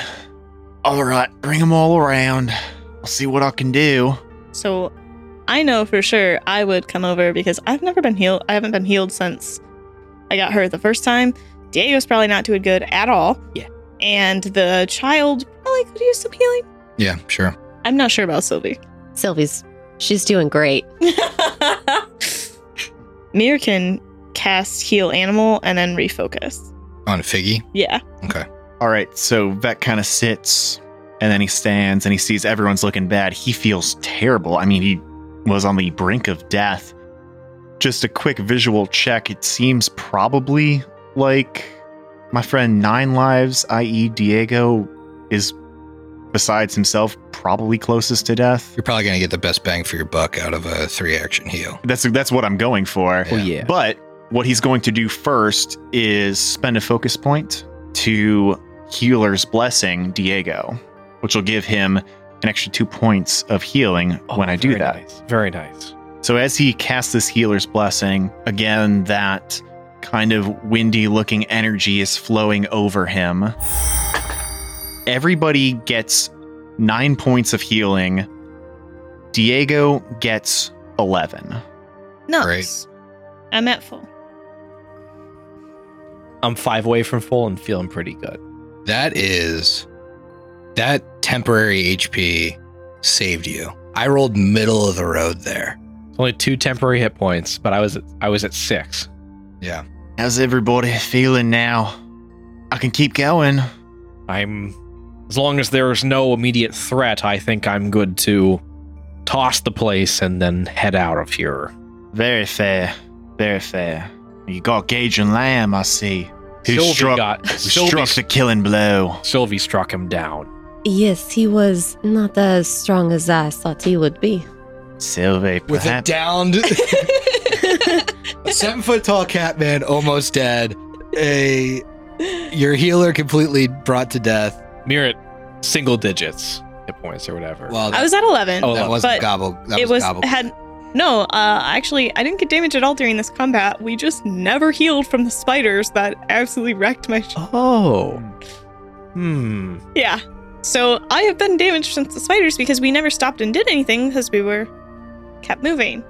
All right, bring them all around. I'll see what I can do. So I know for sure I would come over because I've never been healed. I haven't been healed since I got hurt the first time. Diego's probably not doing good at all. Yeah. And the child probably could use some healing. Yeah, sure. I'm not sure about Sylvie. Sylvie's, she's doing great. Mir can cast heal animal and then refocus. On Figgy. Yeah. All right, so Vec kind of sits and then he stands and he sees everyone's looking bad. He feels terrible. I mean, he was on the brink of death. Just a quick visual check. It seems probably like my friend Nine Lives, i.e., Diego, is besides himself probably closest to death. You're probably going to get the best bang for your buck out of a three action heal. That's that's what I'm going for. Oh Yeah. yeah. But what he's going to do first is spend a focus point to Healer's Blessing Diego, which will give him an extra two points of healing Oh, when I do very that. nice. Very nice. So as he casts this Healer's Blessing, again, that kind of windy looking energy is flowing over him. Everybody gets nine points of healing. Diego gets 11. Nice. I'm at full. I'm five away from full and feeling pretty good. That is that temporary HP saved you. I rolled middle of the road there. Only two temporary hit points, but I was at, I was at six. How's everybody feeling now? I can keep going. I'm as long as there's no immediate threat, I think I'm good to toss the place and then head out of here. Very fair. Very fair. You got Gage and Lamb, I see. Who Sylvie struck, got who struck the Sylvie, killing blow. Sylvie struck him down. Yes, he was not as strong as I thought he would be. Sylvie, With perhaps. a downed (laughs) a seven foot tall cat man almost dead. A your healer completely brought to death. Mirror single digits hit points or whatever. Well, that, I was at 11. Oh, that but wasn't gobble. That it was was gobble. had no. Uh, actually, I didn't get damage at all during this combat. We just never healed from the spiders that absolutely wrecked my. Sh- oh. Hmm. yeah. So I have been damaged since the spiders because we never stopped and did anything because we were kept moving.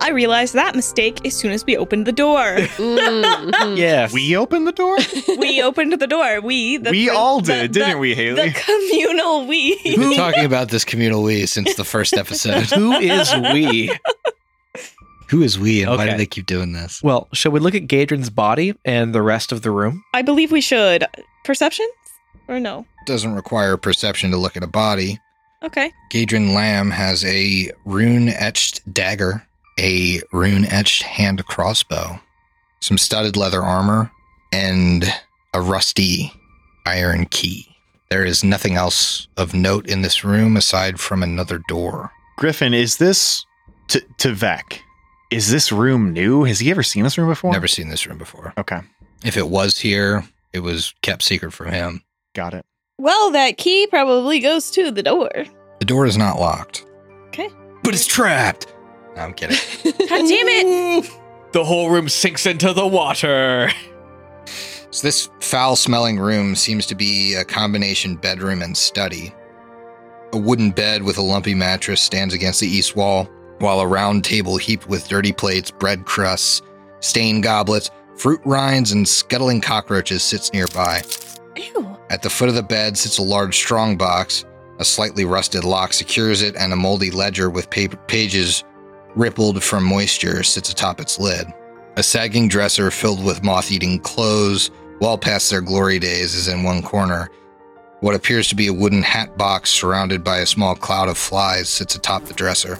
I realized that mistake as soon as we opened the door. Mhm. Yes. We opened the door? we opened the door. We (laughs) the we all did, didn't we, Haley? (laughs) The communal we. We've (laughs) been talking about this communal we since the first episode. (laughs) Who is we? (laughs) Who is we and why do Okay. they keep doing this? Well, shall we look at Gadrin's body and the rest of the room? I believe we should perceptions or no? Doesn't require perception to look at a body. Okay. Gadrin Lamb has a rune etched dagger, a rune etched hand crossbow, some studded leather armor, and a rusty iron key. There is nothing else of note in this room aside from another door. Griffin, is this to to Vec? Is this room new? Has he ever seen this room before? Never seen this room before. Okay, If it was here, it was kept secret from him. got it. Well, that key probably goes to the door. The door is not locked. Okay. But it's trapped. No, I'm kidding. God damn (laughs) it! The whole room sinks into the water. So this foul-smelling room seems to be a combination bedroom and study. A wooden bed with a lumpy mattress stands against the east wall, while a round table heaped with dirty plates, bread crusts, stained goblets, fruit rinds, and scuttling cockroaches sits nearby. Ew. At the foot of the bed sits a large strong box. A slightly rusted lock secures it, and a moldy ledger with paper pages rippled from moisture sits atop its lid. A sagging dresser filled with moth eating clothes, well past their glory days, is in one corner. What appears to be a wooden hat box surrounded by a small cloud of flies sits atop the dresser.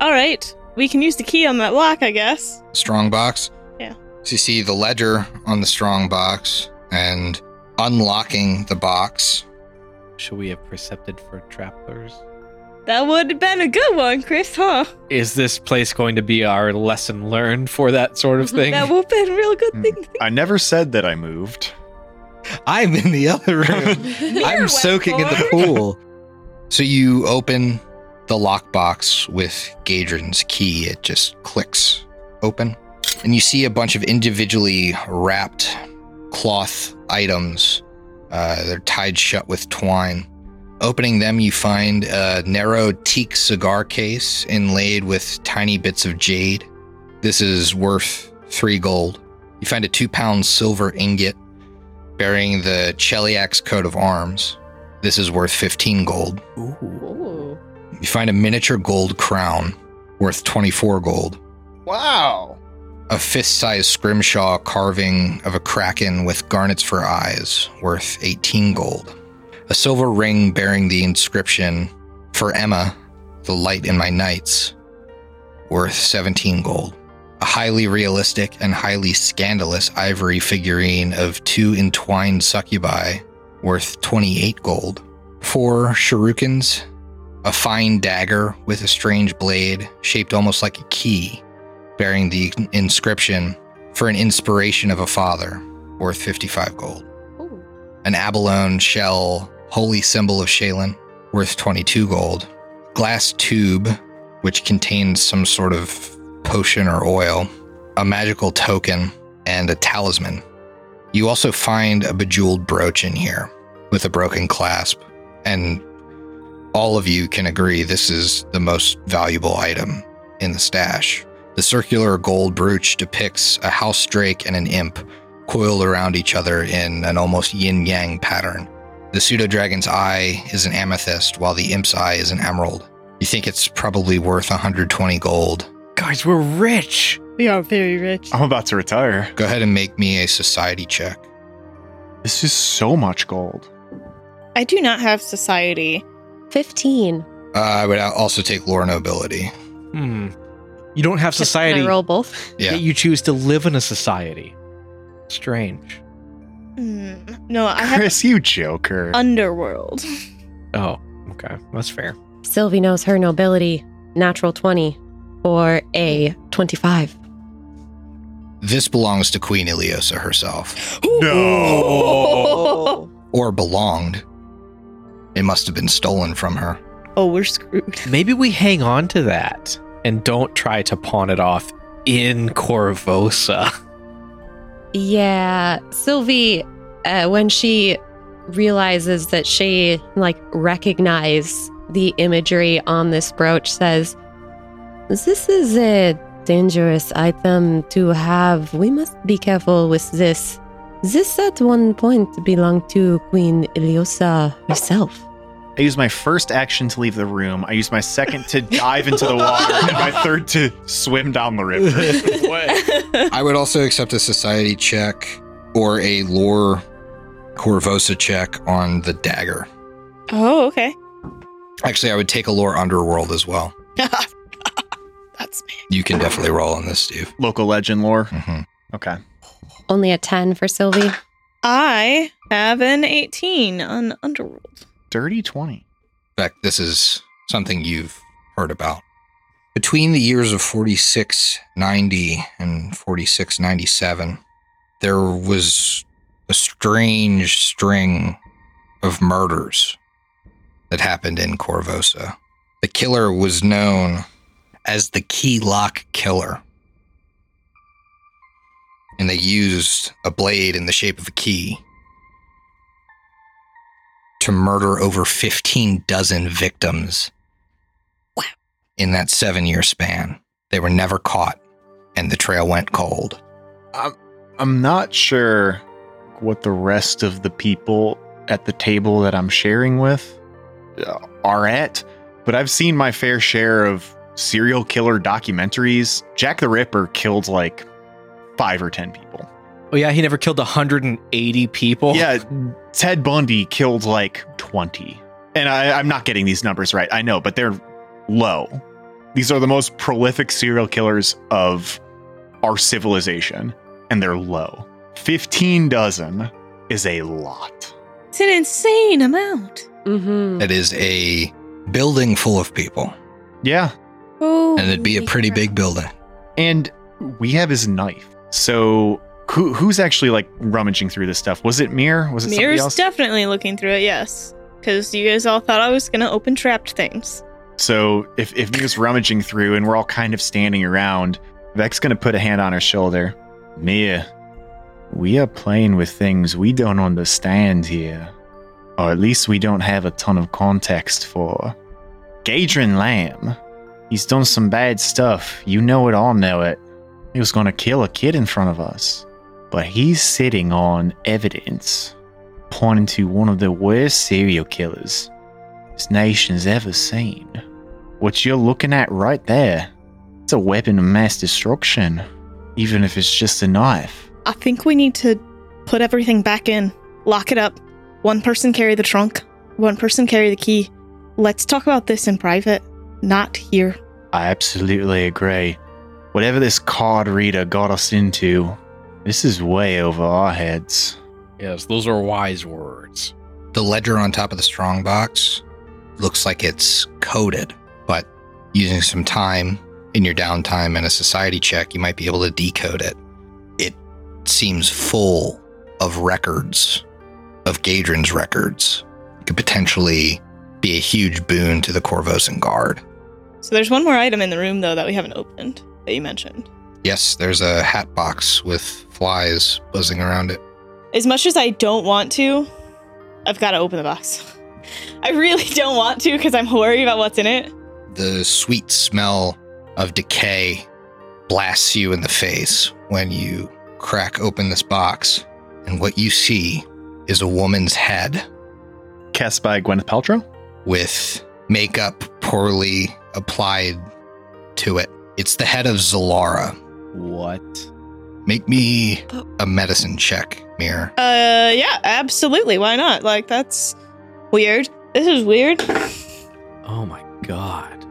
All right, we can use the key on that lock, I guess. strong box. Yeah. So you see the ledger on the strong box and unlocking the box. Should we have percepted for trappers? That would have been a good one, Chris, huh? Is this place going to be our lesson learned for that sort of thing? (laughs) That would have been a Hmm. real good thing. to I never said that I moved. I'm in the other (laughs) room. Mirror I'm went soaking in the forward. pool. so you open the lockbox with Gadrin's key. It just clicks open. And you see a bunch of individually wrapped cloth items. Uh, they're tied shut with twine. Opening them, you find a narrow teak cigar case inlaid with tiny bits of jade. This is worth three gold. You find a two pound silver ingot bearing the Cheliak's coat of arms. This is worth 15 gold. Ooh. You find a miniature gold crown worth 24 gold, Wow. a fist sized scrimshaw carving of a kraken with garnets for eyes worth 18 gold, a silver ring bearing the inscription for Emma, the light in my nights, worth 17 gold. A highly realistic and highly scandalous ivory figurine of two entwined succubi worth 28 gold. Four shurikens, a fine dagger with a strange blade shaped almost like a key, bearing the inscription for an inspiration of a father worth 55 gold. Ooh. An abalone shell, holy symbol of Shalen, worth 22 gold. Glass tube, which contains some sort of potion or oil. A magical token. and a talisman. You also find a bejeweled brooch in here with a broken clasp, and all of you can agree this is the most valuable item in the stash. The circular gold brooch depicts a house drake and an imp coiled around each other in an almost yin yang pattern. The pseudo dragon's eye is an amethyst, while the imp's eye is an emerald. You think it's probably worth 120 gold. Guys, we're rich. We are very rich. I'm about to retire. Go ahead and make me a society check. This is so much gold. I do not have society. 15. Uh, I would also take lore nobility. Hmm. You don't have society. Can I roll both? Yeah. Yet you choose to live in a society. Strange. Hmm. No, I have Chris, you joker. underworld. Oh, okay. That's fair. Sylvie knows her nobility. Natural 20 or a 25. This belongs to Queen Iliosa herself, (laughs) No. or belonged. It must have been stolen from her. oh, we're screwed. Maybe we hang on to that and don't try to pawn it off in Corvosa. Yeah. Sylvie, uh, when she realizes that she like recognized the imagery on this brooch, says, This is a dangerous item to have. We must be careful with this. This at one point belonged to Queen Iliosa herself. I used my first action to leave the room. I used my second to dive into the water, and my third to swim down the (laughs) river. I would also accept a society check or a lore Corvosa check on the dagger. oh, okay. (laughs) Actually, I would take a lore underworld as well. That's me. You can definitely roll on this, Steve. Local legend lore. hmm Okay. Only a 10 for Sylvie. I have an 18 on underworld. Dirty 20. In fact, this is something you've heard about. Between the years of 4690 and 4697, there was a strange string of murders that happened in Corvosa. The killer was known as the Key Lock Killer. And they used a blade in the shape of a key to murder over 15 dozen victims in that seven year span. They were never caught, and the trail went cold. I'm not sure what the rest of the people at the table that I'm sharing with uh, are at, but I've seen my fair share of serial killer documentaries. Jack the Ripper killed like five or 10 people. Oh, yeah. He never killed 180 people. Yeah, Ted Bundy killed like 20. And I, I'm not getting these numbers right, I know, but they're low. These are the most prolific serial killers of our civilization, and they're low. 15 dozen is a lot. It's an insane amount. Mm-hmm. It is a building full of people, Yeah. Oh, and it'd be a pretty big building. And we have his knife. So who, who's actually like rummaging through this stuff? Was it Mir? Was it somebody Mirror's else? definitely looking through it, yes. Because you guys all thought I was going to open trapped things. so if, if Mir's rummaging through and we're all kind of standing around, Vec's gonna put a hand on her shoulder. Mir, we are playing with things we don't understand here. Or at least we don't have a ton of context for. Gadrin Lamb. He's done some bad stuff. You know it all know it. He was gonna kill a kid in front of us. But he's sitting on evidence pointing to one of the worst serial killers this nation's ever seen. What you're looking at right there, it's a weapon of mass destruction, even if it's just a knife. I think we need to put everything back in, lock it up. One person carry the trunk, one person carry the key. Let's talk about this in private, not here. I absolutely agree. Whatever this card reader got us into, this is way over our heads. Yes. Those are wise words. The ledger on top of the strongbox looks like it's coded, but using some time in your downtime and a society check, you might be able to decode it. It seems full of records, of Gadrin's records. It could potentially be a huge boon to the Corvosan Guard. So there's one more item in the room, though, that we haven't opened that you mentioned. Yes, there's a hat box with flies buzzing around it. As much as I don't want to, I've got to open the box. (laughs) I really don't want to because I'm worried about what's in it. The sweet smell of decay blasts you in the face when you crack open this box, and what you see is a woman's head Cast by Gwyneth Paltrow. with makeup poorly applied to it. It's the head of Zalara. What? Make me a medicine check, Mirror. Uh, yeah, absolutely. Why not? Like, that's weird. This is weird. Oh my god.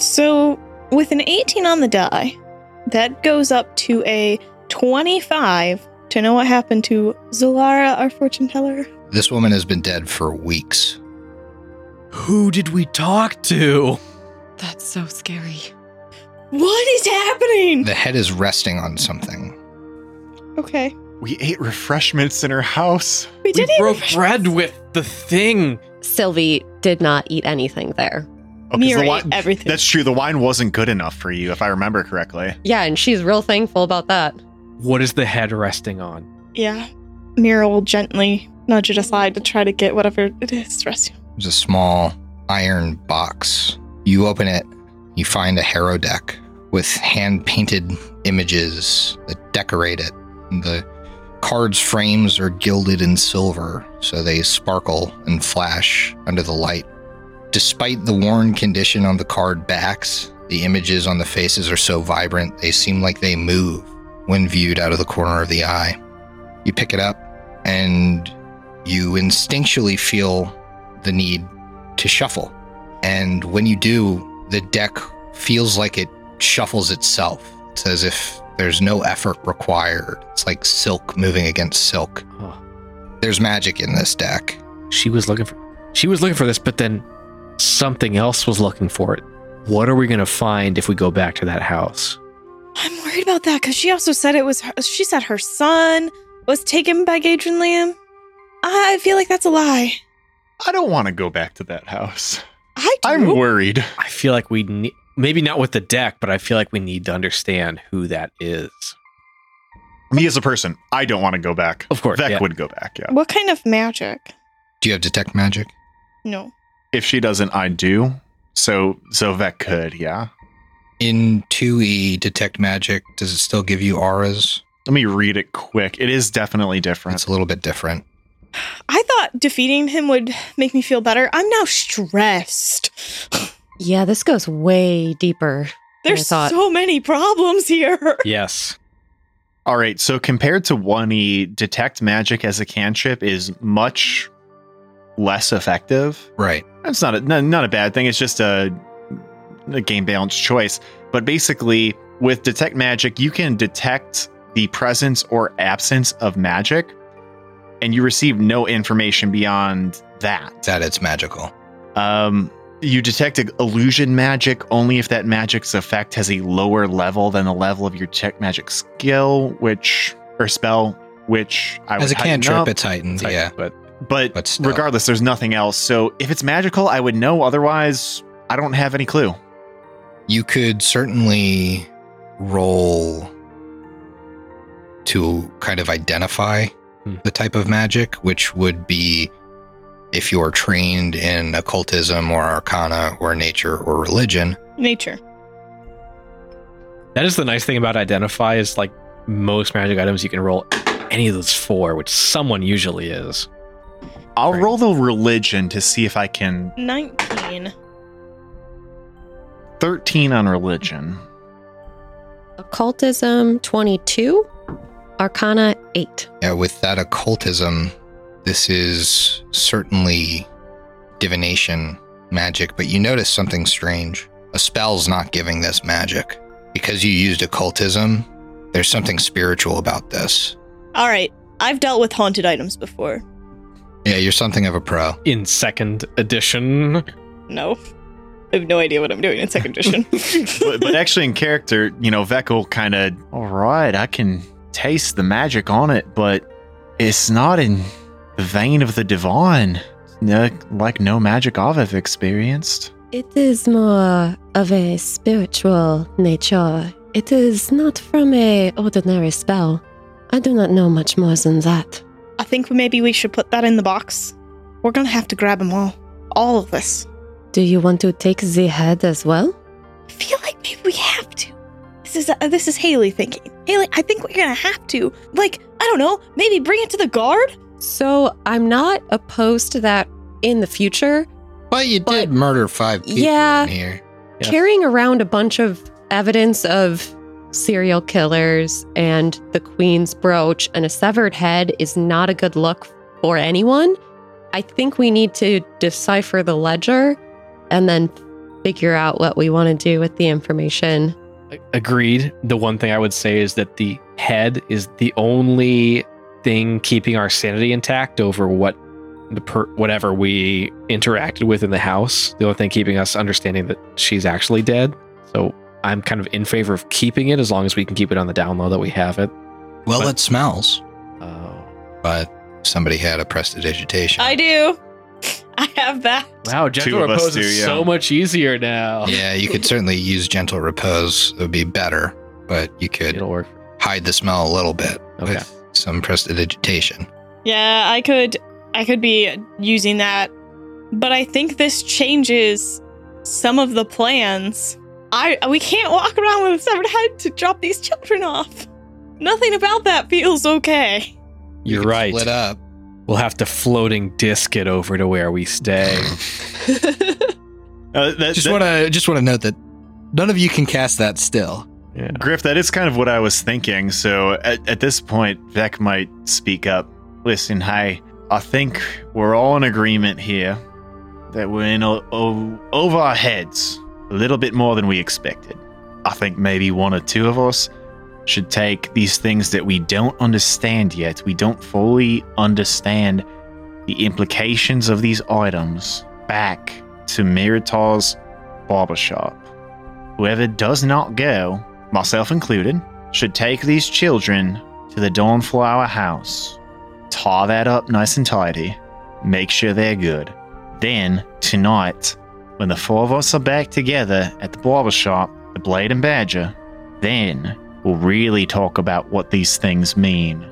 So, with an 18 on the die, that goes up to a 25 to know what happened to Zolara, our fortune teller. This woman has been dead for weeks. Who did we talk to? That's so scary. What is happening? The head is resting on something. Okay. We ate refreshments in her house. We We did it. broke bread with the thing. Sylvie did not eat anything there. Oh, 'cause Mirror the wine, ate everything. that's true. The wine wasn't good enough for you, if I remember correctly. Yeah, and she's real thankful about that. What is the head resting on? yeah. Mira will gently nudge it aside to try to get whatever it is resting. There's a small iron box. You open it, you find a harrow deck with hand painted images that decorate it. The cards' frames are gilded in silver, so they sparkle and flash under the light. Despite the worn condition on the card backs, the images on the faces are so vibrant they seem like they move when viewed out of the corner of the eye. You pick it up and you instinctually feel the need to shuffle. And when you do, the deck feels like it shuffles itself. It's as if there's no effort required. It's like silk moving against silk. Huh. There's magic in this deck. She was looking for She was looking for this, but then something else was looking for it. What are we going to find if we go back to that house? I'm worried about that because she also said it was her, she said her son was taken by Gadrin Liam. I feel like that's a lie. I don't want to go back to that house. I do. I'm worried. I feel like we need maybe not with the deck, but I feel like we need to understand who that is. Me as a person, I don't want to go back. Of course, Vec yeah. would go back. Yeah. what kind of magic? Do you have detect magic? No. If she doesn't, I do. So so Vec could. Yeah. In 2e, detect magic, does it still give you auras? Let me read it quick. It is definitely different. It's a little bit different. I thought defeating him would make me feel better. I'm now stressed. Yeah, this goes way deeper. There's thought- so many problems here. (laughs) Yes. All right. So compared to one E, detect magic as a cantrip is much less effective. Right. That's not a, no- not a bad thing. It's just a, a game balance choice. But basically, with detect magic, you can detect the presence or absence of magic, and you receive no information beyond that. That it's magical. Um, you detect a- illusion magic only if that magic's effect has a lower level than the level of your detect magic skill, which or spell, which I would As a heighten cantrip, up. it's heightened. Like, yeah. But But, But still. regardless, there's nothing else. So if it's magical, I would know. Otherwise, I don't have any clue. You could certainly roll to kind of identify Hmm. the type of magic, which would be if you're trained in occultism or arcana or nature or religion. Nature. that is the nice thing about identify is like most magic items you can roll any of those four, which someone usually is. I'll Right. roll the religion to see if I can. 19. 13 on religion. Occultism 22, Arcana 8. Yeah, with that occultism, this is certainly divination magic, but you notice something strange. A spell's not giving this magic. Because you used occultism, there's something spiritual about this. All right. I've dealt with haunted items before. Yeah, you're something of a pro. In second edition, No. I have no idea what I'm doing in second edition. (laughs) but, but actually, in character, you know, Veckel kind of, all right, I can taste the magic on it, but it's not in the vein of the divine. No, like no magic I've ever experienced. It is more of a spiritual nature It is not from a ordinary spell. I do not know much more than that. I think maybe we should put that in the box. We're gonna have to grab them all. All of this. Do you want to take the head as well? I feel like maybe we have to. This is uh, this is Haley thinking. Haley, I think we're gonna have to. Like, I don't know. Maybe bring it to the guard. So I'm not opposed to that in the future. But you But- did murder five people Yeah. in here. Yeah. Carrying around a bunch of evidence of serial killers and the queen's brooch and a severed head is not a good look for anyone. I think we need to decipher the ledger and then figure out what we want to do with the information. Agreed. The one thing I would say is that the head is the only thing keeping our sanity intact over what the per- whatever we interacted with in the house. The only thing keeping us understanding that she's actually dead. So I'm kind of in favor of keeping it as long as we can keep it on the down low that we have it. Well, But- it smells. Oh. But somebody had a prestidigitation. I do. (laughs) I have that. Wow, gentle gentle of us repose do, is yeah. so much easier (laughs) now. Yeah, you could certainly use gentle repose. It would be better, but you could It'll work. hide the smell a little bit Okay. with some prestidigitation. Yeah, I could I could be using that. But I think this changes some of the plans. I we can't walk around with a severed head to drop these children off. Nothing about that feels (laughs) okay. You You're could right. Split up. We'll have to floating disc it over to where we (laughs) stay. Uh, that, Just that- want to just want to note that none of you can cast that still. yeah. Griff, that is kind of what I was thinking. So at, at this point, Vec might speak up. Listen, hey, I think we're all in agreement here that we're in o- o- over our heads a little bit more than we expected. I think maybe one or two of us should take these things that we don't understand yet, we don't fully understand the implications of these items, back to Miritar's barbershop. Whoever does not go myself included, should take these children to the Dawnflower house, tie that up nice and tidy, make sure they're good. Then, tonight, when the four of us are back together at the barber shop, the Blade and Badger, then we'll really talk about what these things mean.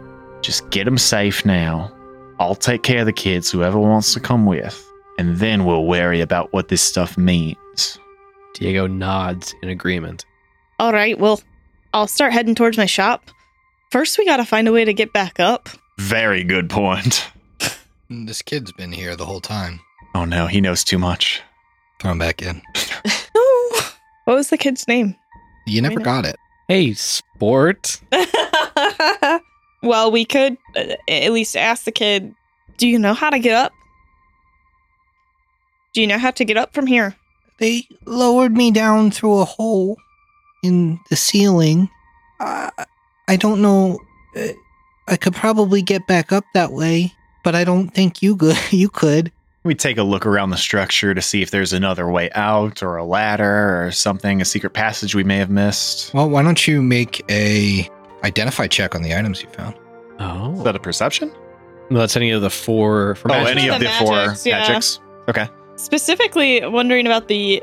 Just get them safe now. I'll take care of the kids, whoever wants to come with, and then we'll worry about what this stuff means. Diego nods in agreement. All right, well, I'll start heading towards my shop. First, we got to find a way to get back up. Very good point. This kid's been here the whole time. Oh no, he knows too much. Throw him back (laughs) in. No. What was the kid's name? (laughs) You never Wait a- got it. Hey, sport. well, we could uh, at least ask the kid, do you know how to get up? Do you know how to get up from here? They lowered me down through a hole in the ceiling. I, I don't know. uh, I could probably get back up that way, but I don't think you could. (laughs) You could. We take a look around the structure to see if there's another way out or a ladder or something, a secret passage we may have missed. Well, why don't you make a identify check on the items you found? Oh. Is that a perception? No, that's any of the four from Oh, Magic. any The of the four magics, yeah. magics. Okay. Specifically, wondering about the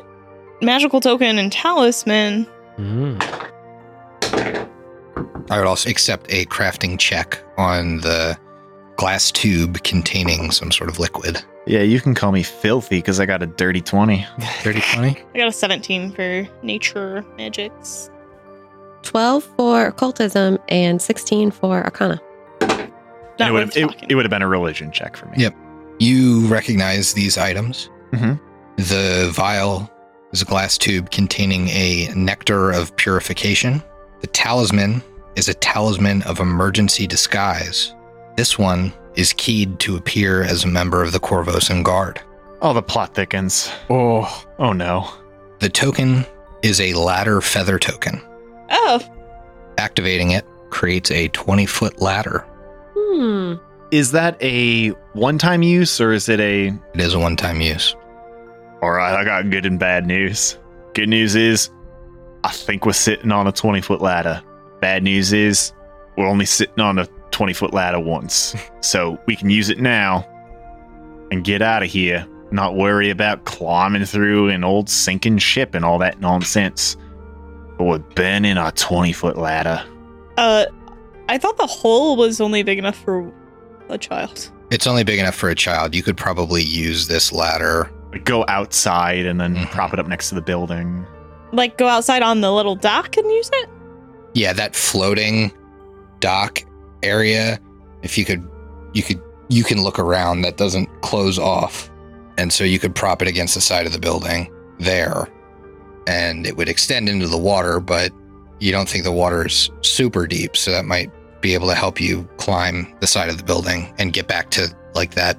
magical token and talisman. Hmm. Mm. I would also accept a crafting check on the glass tube containing some sort of liquid. Yeah, you can call me filthy because I got a dirty 20. 30 20? I got a 17 for nature magics. 12 for occultism and 16 for arcana. Not it would worth have it, talking. it would have been a religion check for me. Yep. You recognize these items. Mhm. The vial is a glass tube containing a nectar of purification. The talisman is a talisman of emergency disguise. This one is keyed to appear as a member of the Corvosan Guard. Oh, the plot thickens. Oh. Oh no. The token is a ladder feather token. oh, Activating it creates a 20 foot ladder. Hmm. Is that a one time use or is it a. It is a one time use. All right, I got good and bad news. Good news is, I think we're sitting on a 20 foot ladder. Bad news is, we're only sitting on a 20 foot (laughs) ladder once. so we can use it now and get out of here, not worry about climbing through an old sinking ship and all that nonsense. We're burning our 20 foot ladder. Uh, I thought the hole was only big enough for a child. It's only big enough for a child. You could probably use this ladder. Go outside and then Mhm. prop it up next to the building. Like go outside on the little dock and use it. Yeah, that floating dock area. If you could, you could, you can look around. That doesn't close off, and so you could prop it against the side of the building there, and it would extend into the water. But you don't think the water is super deep, so that might be able to help you climb the side of the building and get back to like that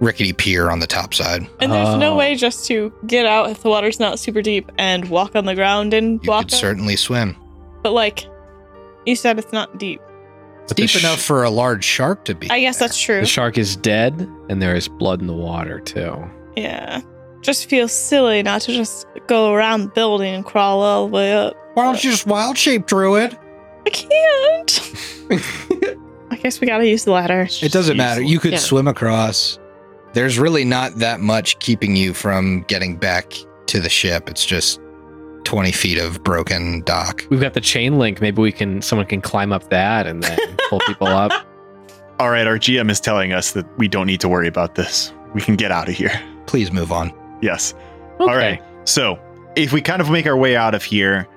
rickety pier on the top side. And there's Oh. no way just to get out if the water's not super deep and walk on the ground and You walk. could out. certainly swim. But like you said, it's not deep. It's deep enough for a large shark to be. I guess that's true. The shark is dead, and there is blood in the water too. Yeah. Just feels silly not to just go around the building and crawl all the way up. Why don't you just wild shape druid? I can't. I guess we gotta use the ladder. It doesn't matter. You could Yeah. swim across. There's really not that much keeping you from getting back to the ship. It's just 20 feet of broken dock. We've got the chain link. Maybe we can someone can climb up that and (laughs) then pull people up. All right, our GM is telling us that we don't need to worry about this. We can get out of here. Please move on. Yes. Okay. All right. So, if we kind of make our way out of here,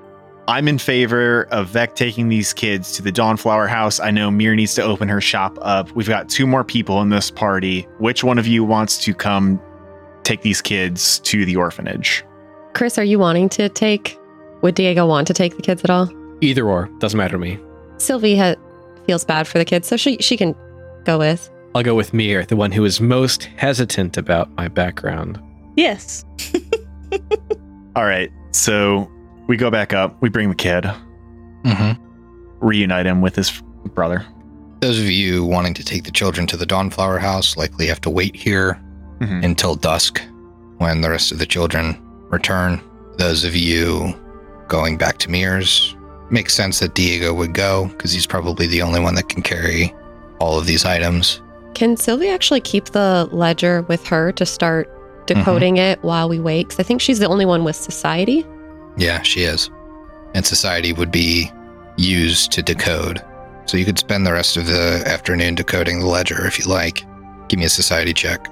I'm in favor of Vec taking these kids to the Dawnflower House. I know Mir needs to open her shop up. We've got two more people in this party. Which one of you wants to come take these kids to the orphanage? Chris, are you wanting to take? Would Diego want to take the kids at all? Either or doesn't matter to me. Sylvie ha- feels bad for the kids, so she she can go with. I'll go with Mir, the one who is most hesitant about my background. Yes. All right. So, we go back up. We bring the kid, Mm-hmm. reunite him with his brother. Those of you wanting to take the children to the Dawnflower House likely have to wait here Mhm. until dusk when the rest of the children return. Those of you going back to Mears, makes sense that Diego would go because he's probably the only one that can carry all of these items. Can Sylvie actually keep the ledger with her to start decoding it while we wait? 'Cause I think she's the only one with society. Yeah, she is. And society would be used to decode. So you could spend the rest of the afternoon decoding the ledger if you like. Give me a society check.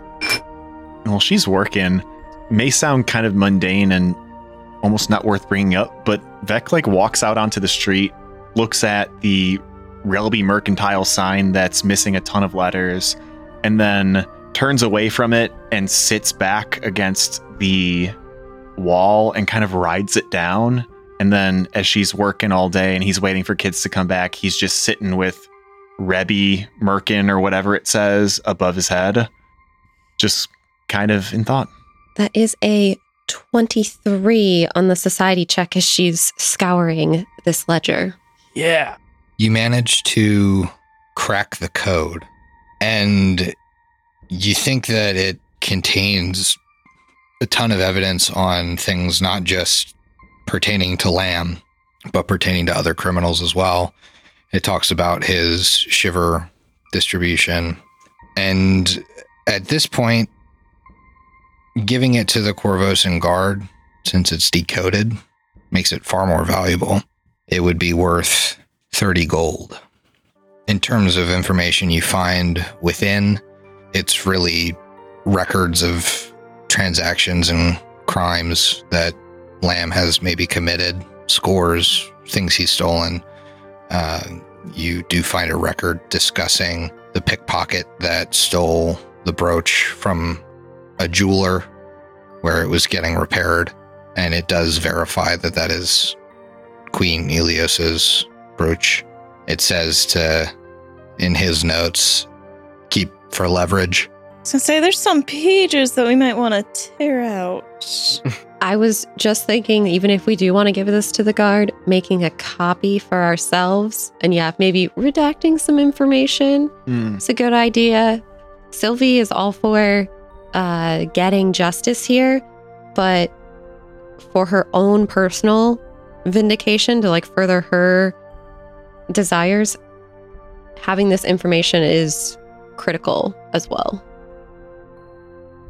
Well, she's working. May sound kind of mundane and almost not worth bringing up, but Vec like walks out onto the street, looks at the Relby Mercantile sign that's missing a ton of letters, and then turns away from it and sits back against the wall and kind of rides it down. And then as she's working all day and he's waiting for kids to come back, he's just sitting with Rebby Merkin or whatever it says above his head, just kind of in thought. That is a 23 on the society check as she's scouring this ledger. Yeah. you manage to crack the code and you think that it contains a ton of evidence on things not just pertaining to Lamb, but pertaining to other criminals as well. It talks about his shiver distribution. And at this point, giving it to the Corvosan guard, since it's decoded, makes it far more valuable. It would be worth 30 gold. In terms of information you find within, it's really records of transactions and crimes that Lamb has maybe committed, scores, things he's stolen. Uh, you do find a record discussing the pickpocket that stole the brooch from a jeweler where it was getting repaired. And it does verify that that is Queen Elios's brooch. It says to, in his notes, keep for leverage. So say there's some pages that we might want to tear out. I was just thinking, even if we do want to give this to the guard, making a copy for ourselves and yeah, maybe redacting some information Hmm. Mm. It's a good idea. Sylvie is all for uh, getting justice here, but for her own personal vindication to like further her desires, having this information is critical as well.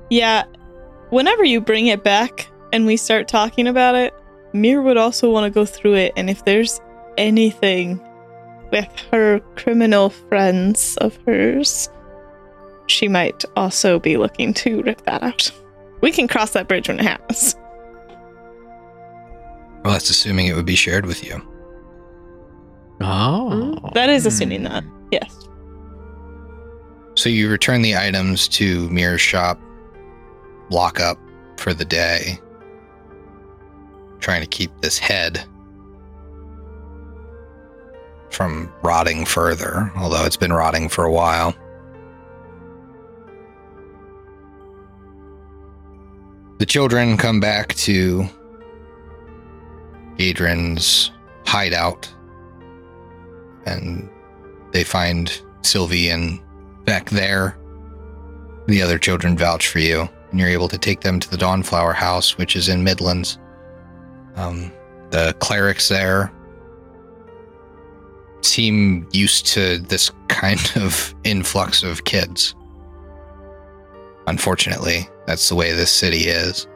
Yeah. Whenever you bring it back and we start talking about it, Mir would also want to go through it, and if there's anything with her criminal friends of hers, she might also be looking to rip that out. We can cross that bridge when it happens. Well, that's assuming it would be shared with you. Oh. That is Hmm. assuming that. Yes. So you return the items to Mirror's shop, lock up for the day, trying to keep this head from rotting further, although it's been rotting for a while. The children come back to Adrian's hideout and they find Sylvie and back there. The other children vouch for you, and you're able to take them to the Dawnflower House, which is in Midlands. Um, the clerics there seem used to this kind (laughs) of influx of kids. Unfortunately, that's the way this city is.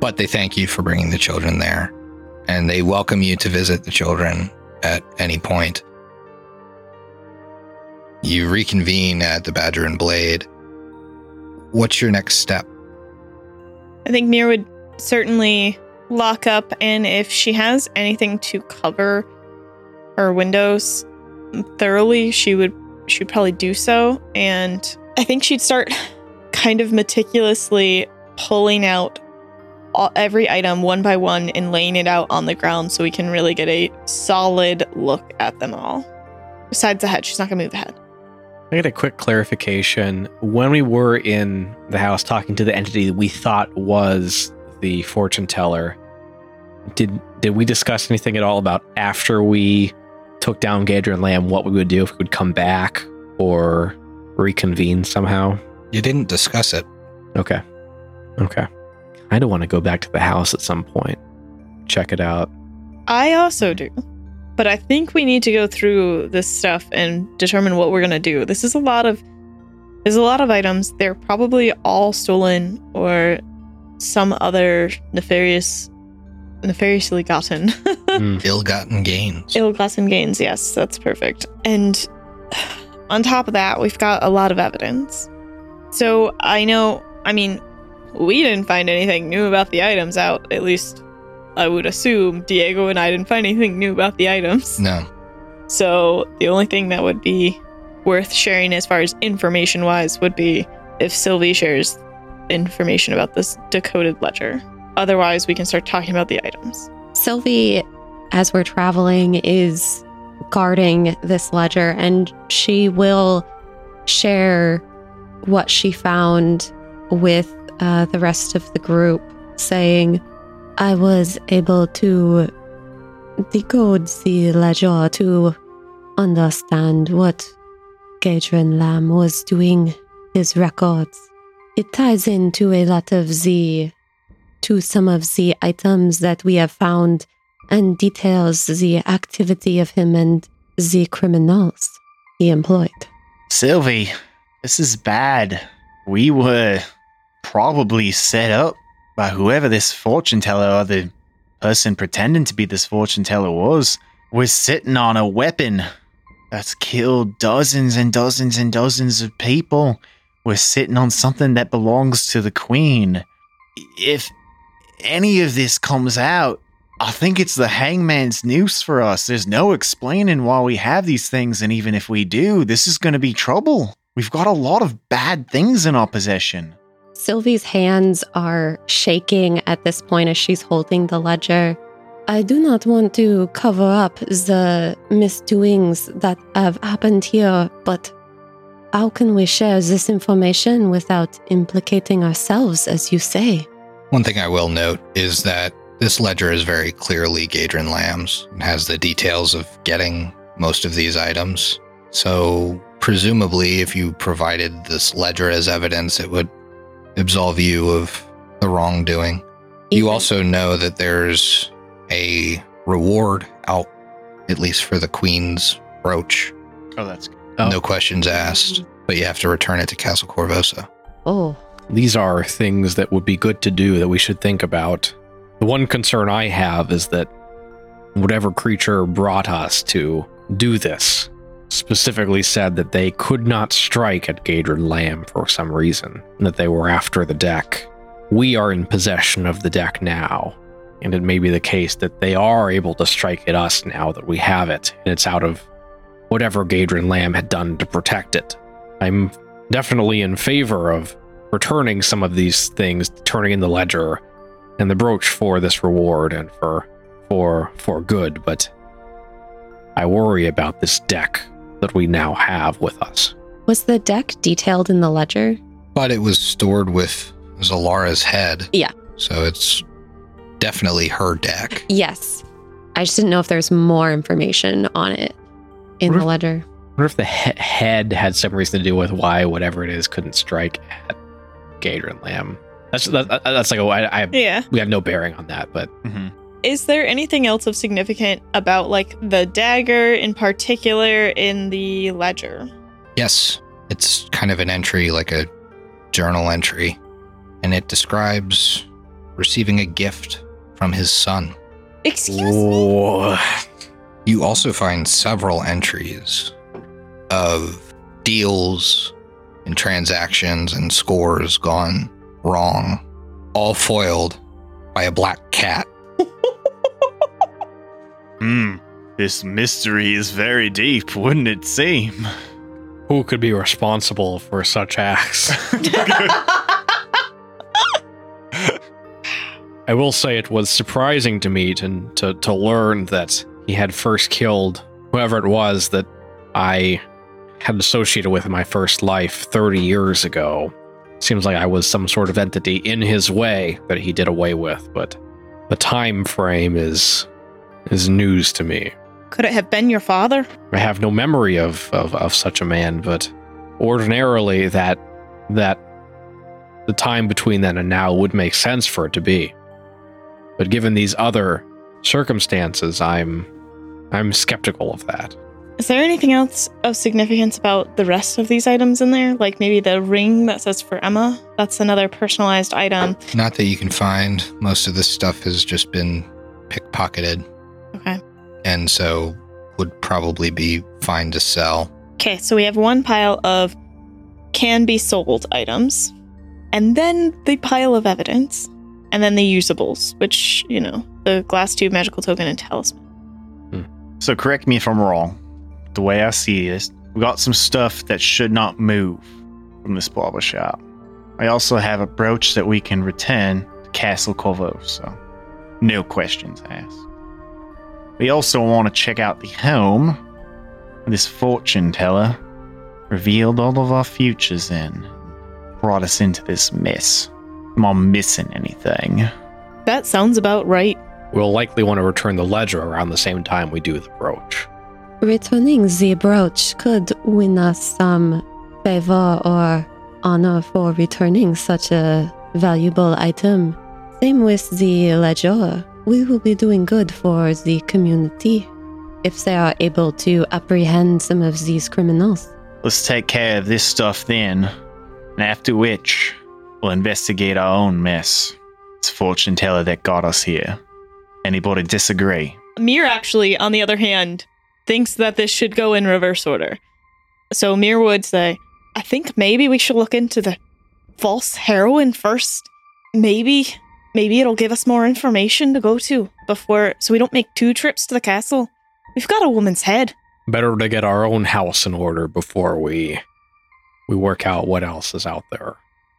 But they thank you for bringing the children there, and they welcome you to visit the children at any point. You reconvene at the Badger and Blade. What's your next step? I think Mir would certainly lock up, and if she has anything to cover her windows thoroughly, she would she would probably do so. And I think she'd start (laughs) kind of meticulously pulling out all, every item one by one and laying it out on the ground so we can really get a solid look at them all. Besides the head, she's not gonna move the head. I got a quick clarification. When we were in the house talking to the entity that we thought was the fortune teller, did did we discuss anything at all about after we took down Gadra and Lamb what we would do if we would come back or reconvene somehow? You didn't discuss it. Okay. Okay. I do want to go back to the house at some point. Check it out. I also do. But I think we need to go through this stuff and determine what we're gonna do. This is a lot of there's a lot of items. They're probably all stolen or some other nefarious nefariously gotten. (laughs) Mm. Ill gotten gains. Ill gotten gains, yes, that's perfect. And on top of that, we've got a lot of evidence. So I know I mean, we didn't find anything new about the items out, at least I would assume Diego and I didn't find anything new about the items. no. So the only thing that would be worth sharing as far as information wise would be if Sylvie shares information about this decoded ledger. Otherwise, we can start talking about the items. Sylvie, as we're traveling, is guarding this ledger and she will share what she found with uh, the rest of the group, saying, I was able to decode the ledger to understand what Gadrin Lam was doing his records. It ties into a lot of the to some of the items that we have found and details the activity of him and the criminals he employed. Sylvie, this is bad. We were probably set up by whoever this fortune teller or the person pretending to be this fortune teller was. We're sitting on a weapon that's killed dozens and dozens and dozens of people. We're sitting on something that belongs to the queen. If any of this comes out, I think it's the hangman's noose for us. There's no explaining why we have these things, and even if we do, this is going to be trouble. We've got a lot of bad things in our possession. Sylvie's hands are shaking at this point as she's holding the ledger. I do not want to cover up the misdoings that have happened here, but how can we share this information without implicating ourselves, as you say? One thing I will note is that this ledger is very clearly Gadrin Lamb's and has the details of getting most of these items. So, presumably, if you provided this ledger as evidence, it would absolve you of the wrongdoing. You Even- also know that there's a reward out, at least for the Queen's brooch. Oh, that's good. Oh. No questions asked, but you have to return it to Castle Corvosa. Oh, These are things that would be good to do that we should think about. The one concern I have is that whatever creature brought us to do this specifically said that they could not strike at Gadrin Lamb for some reason, and that they were after the deck. We are in possession of the deck now, and it may be the case that they are able to strike at us now that we have it, and it's out of whatever Gadrin Lamb had done to protect it. I'm definitely in favor of returning some of these things, turning in the ledger and the brooch for this reward and for for for good, but I worry about this deck that we now have with us. Was the deck detailed in the ledger? But it was stored with Zalara's head. Yeah. So it's definitely her deck. Yes. I just didn't know if there's more information on it in What the if- ledger. I wonder if the he- head had some reason to do with why whatever it is couldn't strike at Gadrin Lamb. That's that, that- that's like a, I, I Yeah. we have no bearing on that, but Mhm. Is there anything else of significant about like the dagger in particular in the ledger? Yes, it's kind of an entry, like a journal entry, and it describes receiving a gift from his son. Excuse me. Ooh. You also find several entries of deals and transactions and scores gone wrong, all foiled by a black cat. Hmm. This mystery is very deep, wouldn't it seem? (laughs) who could be responsible for such acts? I will say it was surprising to me to, to to learn that he had first killed whoever it was that I had associated with in my first life 30 years ago. Seems like I was some sort of entity in his way that he did away with, but the time frame is is news to me. Could it have been your father? I have no memory of, of, of such a man, but ordinarily that that the time between then and now would make sense for it to be. But given these other circumstances, I'm I'm skeptical of that. Is there anything else of significance about the rest of these items in there? Like maybe the ring that says for Emma? That's another personalized item. Not that you can find. Most of this stuff has just been pickpocketed Okay. and so would probably be fine to sell. Okay, so we have one pile of can be sold items, and then the pile of evidence, and then the usables, which, you know, the glass tube, magical token, and talisman. So correct me if I'm wrong. The way I see it is, we got some stuff that should not move from this barber shop. I also have a brooch that we can return to Castle Corvo, so no questions asked. We also want to check out the home this fortune teller revealed all of our futures in, brought us into this mess. Am I missing anything? That sounds about right. We'll likely want to return the ledger around the same time we do the brooch. Returning the brooch could win us some favor or honor for returning such a valuable item. Same with the ledger. We will be doing good for the community if they are able to apprehend some of these criminals. Let's take care of this stuff then, and after which, we'll investigate our own mess. It's a fortune teller that got us here. Anybody disagree? Mir actually, on the other hand, thinks that this should go in reverse order. So Mir would say, I think maybe we should look into the false heroin first. Maybe maybe it'll give us more information to go to before so we don't make two trips to the castle. We've got a woman's head. Better to get our own house in order before we we work out what else is out there.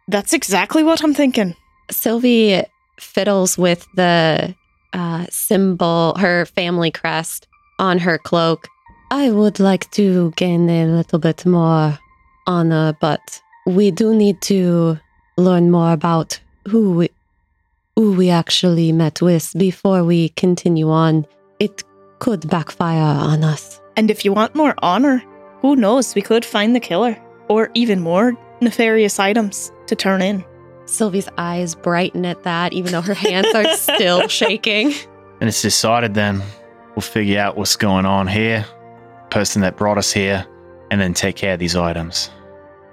That's exactly what I'm thinking. Sylvie fiddles with the uh, symbol, her family crest on her cloak. I would like to gain a little bit more honor, but we do need to learn more about who we, who we actually met with before we continue on. It could backfire on us. And if you want more honor, who knows, we could find the killer or even more nefarious items to turn in. Sylvie's eyes brighten at that, even though her hands are still shaking. And it's decided then. We'll figure out what's going on here, person that brought us here, and then take care of these items.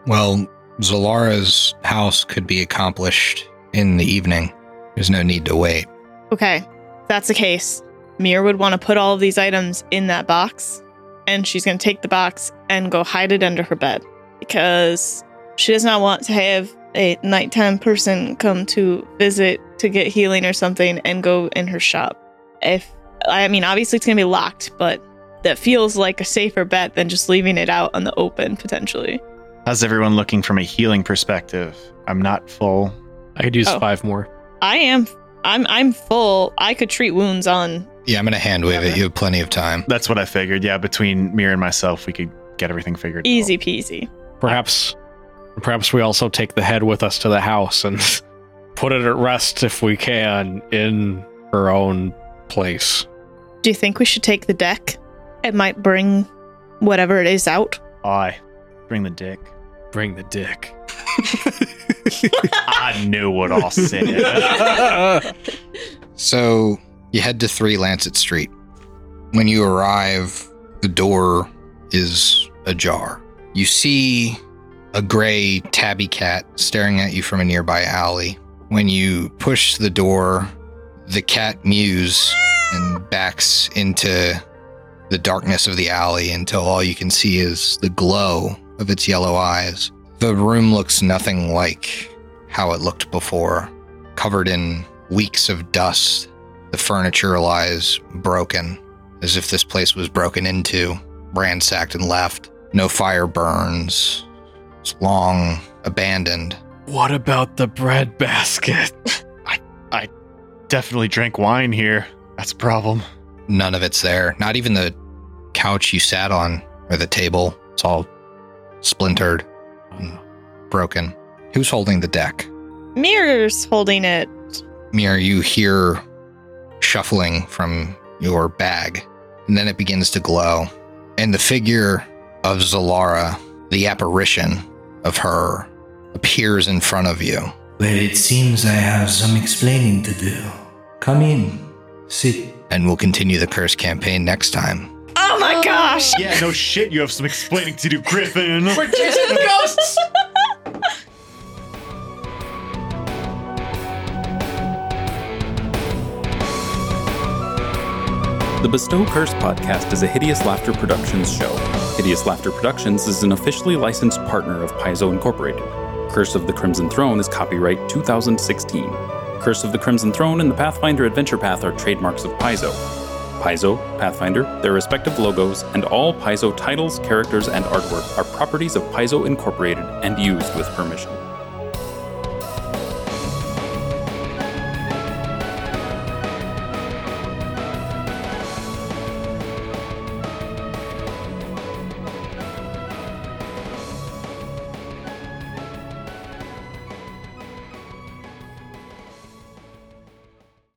Well, Zalara's house could be accomplished in the evening. There's no need to wait. Okay, if that's the case. Mir would want to put all of these items in that box, and she's going to take the box and go hide it under her bed because she does not want to have a nighttime person come to visit to get healing or something and go in her shop. If I mean, obviously it's going to be locked, but that feels like a safer bet than just leaving it out on the open potentially. How's everyone looking from a healing perspective? I'm not full. I could use Oh. five more. I am I'm I'm full. I could treat wounds on Yeah, I'm gonna hand wave it. You have plenty of time. (laughs) That's what I figured. Yeah, between Mir and myself, we could get everything figured easy out. peasy. Perhaps, perhaps we also take the head with us to the house and (laughs) put it at rest if we can in her own place. Do you think we should take the deck? It might bring whatever it is out. I bring the dick. Bring the dick. I knew what (laughs) I'll say. So you head to 3 Lancet Street. When you arrive, the door is ajar. You see a gray tabby cat staring at you from a nearby alley. When you push the door, the cat mews and backs into the darkness of the alley until all you can see is the glow of its yellow eyes. The room looks nothing like how it looked before covered in weeks of dust. The furniture lies broken, as if this place was broken into, ransacked, and left. No fire burns. It's long abandoned. What about the bread basket? Definitely drank wine here. That's a problem. None of it's there. Not even the couch you sat on or the table. It's all splintered, and broken. Who's holding the deck? Mirrors holding it. Mir, you hear shuffling from your bag, and then it begins to glow. And the figure of Zalara, the apparition of her, appears in front of you. Well, it seems I have some explaining to do. Come in. Sit. And we'll continue the curse campaign next time. Oh my gosh. Yeah, no shit. You have some explaining to do, Griffin. The Bestow Curse podcast is a Hideous Laughter Productions show. Hideous Laughter Productions is an officially licensed partner of Paizo Incorporated. Curse of the Crimson Throne is copyright 2016. Curse of the Crimson Throne and the Pathfinder Adventure Path are trademarks of Paizo. Paizo, Pathfinder, their respective logos, and all Paizo titles, characters, and artwork are properties of Paizo Incorporated and used with permission.